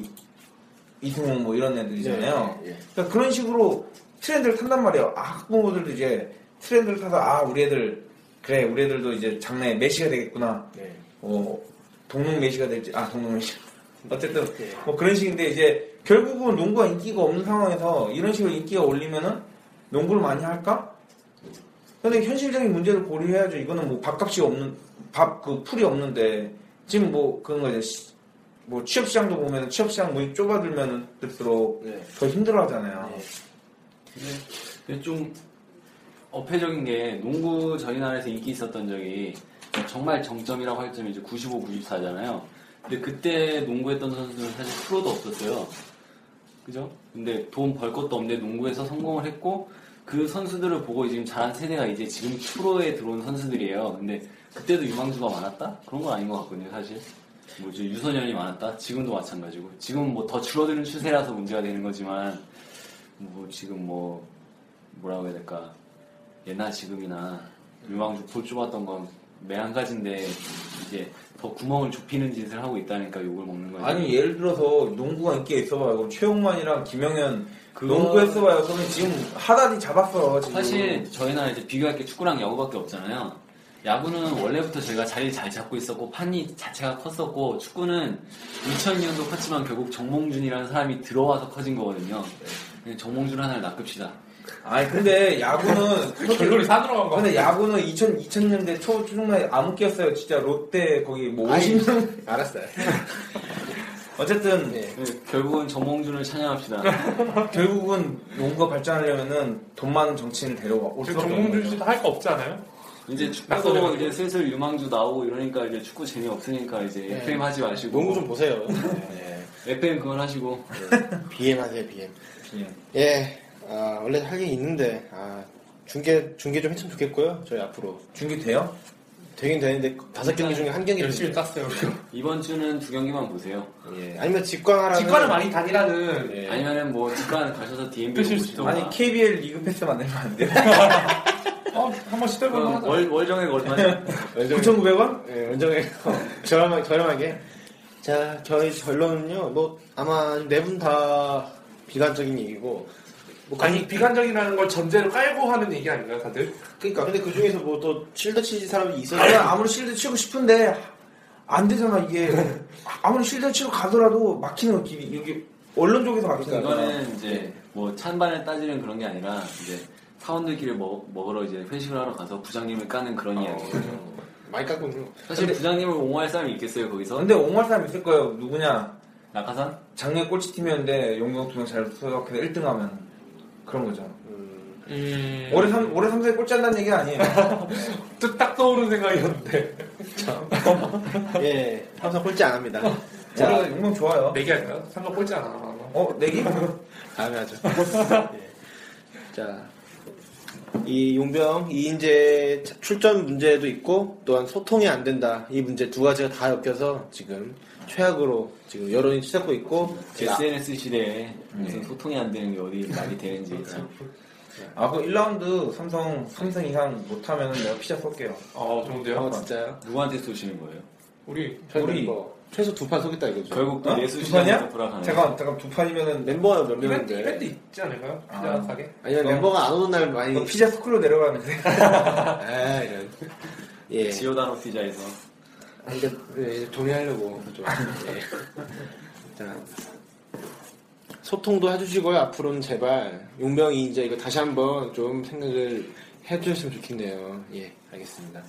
이승훈 뭐 이런 애들이잖아요. 예, 예, 예. 그러니까 그런 식으로 트렌드를 탄단 말이에요. 아, 학부모들도 이제 트렌드를 타서 아 우리 애들 그래 우리 애들도 이제 장래 메시가 되겠구나. 네. 어, 동능 메시가 될지 아 동능 메시 어쨌든 네. 예. 뭐 그런 식인데 이제 결국은 농구가 인기가 없는 상황에서 이런 식으로 인기가 올리면은 농구를 많이 할까? 근데 현실적인 문제를 고려해야죠. 이거는 뭐 밥값이 없는 밥 그 풀이 없는데 지금 뭐 그런 거죠. 시- 뭐 취업 시장도 보면 취업 시장 문이 좁아들면은 될수록 네. 더 힘들어하잖아요. 네. 근데 좀 어폐적인 게 농구 저희 나라에서 인기 있었던 적이 정말 정점이라고 할 점이 이제 95, 94잖아요. 근데 그때 농구했던 선수들은 사실 프로도 없었어요. 그죠? 근데 돈 벌 것도 없는데 농구에서 성공을 했고 그 선수들을 보고 지금 자란 세대가 이제 지금 프로에 들어온 선수들이에요. 근데 그때도 유망주가 많았다? 그런 건 아닌 것 같거든요, 사실. 뭐 이제 유소년이 많았다? 지금도 마찬가지고. 지금 뭐 더 줄어드는 추세라서 문제가 되는 거지만 뭐 지금 뭐 뭐라고 해야 될까 예나 지금이나 유망주 볼 좁았던 건 매한가지인데 이제 더 구멍을 좁히는 짓을 하고 있다니까 욕을 먹는 거예요. 아니 예를 들어서 농구가 인기가 있어봐요. 그럼 최용만이랑 김영현 그거- 농구했어봐요. 저는 지금 하다리 잡았어. 지금. 사실 저희 나라 이제 비교할 게 축구랑 야구밖에 없잖아요. 야구는 원래부터 저희가 자리를 잘 잡고 있었고 판이 자체가 컸었고 축구는 2002년도 컸지만 결국 정몽준이라는 사람이 들어와서 커진 거거든요. 네, 정몽준 하나를 낚읍시다. 아니 근데 야구는 결론이 산으로 간 거. 근데 야구는 2000, 2000년대 초 정말 암흑기였어요. 진짜 롯데 거기 뭐 아니. 50년 알았어요. 어쨌든 예. 네. 결국은 정몽준을 찬양합시다. 결국은 농구가 발전하려면은 돈 많은 정치인을 데려와. 올 지금 수밖에 정몽준 없는 씨도 할 거 없지 않아요? 이제 축구도 낯설어가지고. 이제 슬슬 유망주 나오고 이러니까 이제 축구 재미없으니까 이제 네. FM 하지 마시고 농구 좀 보세요. 네. FM 그건 하시고 BM 하세요, BM. 거예요. 예. 예, 아, 원래 할 게 있는데, 아, 중계, 중계 좀 했으면 좋겠고요. 저희 앞으로. 중계돼요? 되긴 되는데, 다섯 경기 중에 한 경기를. 열심히 땄어요. 이번 주는 두 경기만 보세요. 예, 아니면 직관하라는. 직관을 많이 다니라는 예. 아니면은 뭐 직관 가셔서 DMB 끝일 수도. 보시던가 아니 KBL 리그 패스 만들면 안 돼요? 어, 한번 시도해보면 하자. 월 월정액 얼마냐? 아, 네. 원정에- 9,900원? 예, 원정에 저렴하게, 저렴하게. 자, 저희 결론은요, 뭐, 아마 네 분 다 비관적인 얘기고. 뭐, 아니 비관적이라는 걸 전제로 깔고 하는 얘기 아닌가요, 다들? 그니까, 근데 그 중에서 뭐 또, 실드 치는 사람이 아니 있어요. 아무리 실드 치고 싶은데 안 되잖아 이게 아무리 실드 치고 가더라도 막히는 거 길이 여기 언론 쪽에서 막히잖아. 이거는 이제 뭐 찬반을 따지는 그런 게 아니라 이제 사원들끼리 먹, 먹으러 이제 회식을 하러 가서 부장님을 까는 그런 어. 이야기예요. 많이 그러니까 깎고 있는 거. 사실 부장님을 옹호할 사람이 있겠어요 거기서? 근데 옹호할 사람 있을 거예요. 누구냐? 낙하산? 작년 꼴찌팀이었는데 용병 두명잘 소속해서 1등 하면 그런 거죠. 음, 네. 올해 3, 올해 3세에 꼴찌 한다는 얘기는 아니에요. 뜻딱 떠오르는 생각이었는데 예, 항상 꼴찌 안 합니다. 자, 올해 용병 좋아요. 네. 내기할까요? 상관 꼴지 않아. 어, 내기? 다음에 하죠. 예. 자, 이 용병 이인재 출전 문제도 있고 또한 소통이 안 된다 이 문제 두 가지가 다 엮여서 지금 최악으로 지금 여론이 치닫고 있고 제가 SNS 시대에 네. 무슨 소통이 안 되는 게 어디 말이 되는지 그렇죠. 참. 아, 그 1라운드 삼성 3승 이상 못하면 내가 피자 쏠게요. 어 좋은데요. 어, 진짜요? 누구한테 쏘시는 거예요? 우리 저희 우리- 멤버 최소 두 판 속였다 이거죠. 결국 또 어? 내수 두 시장에서 판이야? 돌아가는 잠깐, 잠깐 두 판이면은 내- 멤버가 몇 이벤트, 이벤트 명인데 있지 않을까요? 어, 아. 피자하게. 네. 아니면 멤버가 안 오는 날 많이 너 피자 스쿨로 내려가면 돼. 아 이런 예 지오다노 피자에서 아, 이제 예, 동의하려고 좀. 예. 자, 소통도 해주시고요. 앞으로는 제발 용병이 이제 이거 다시 한번 좀 생각을 해주셨으면 좋겠네요. 예, 알겠습니다.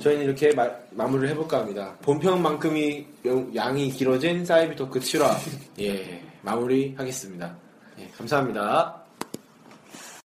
저희는 이렇게 마, 마무리를 해볼까 합니다. 본편만큼이 용- 양이 길어진 사이비 토크 7화 예 마무리하겠습니다. 예, 감사합니다.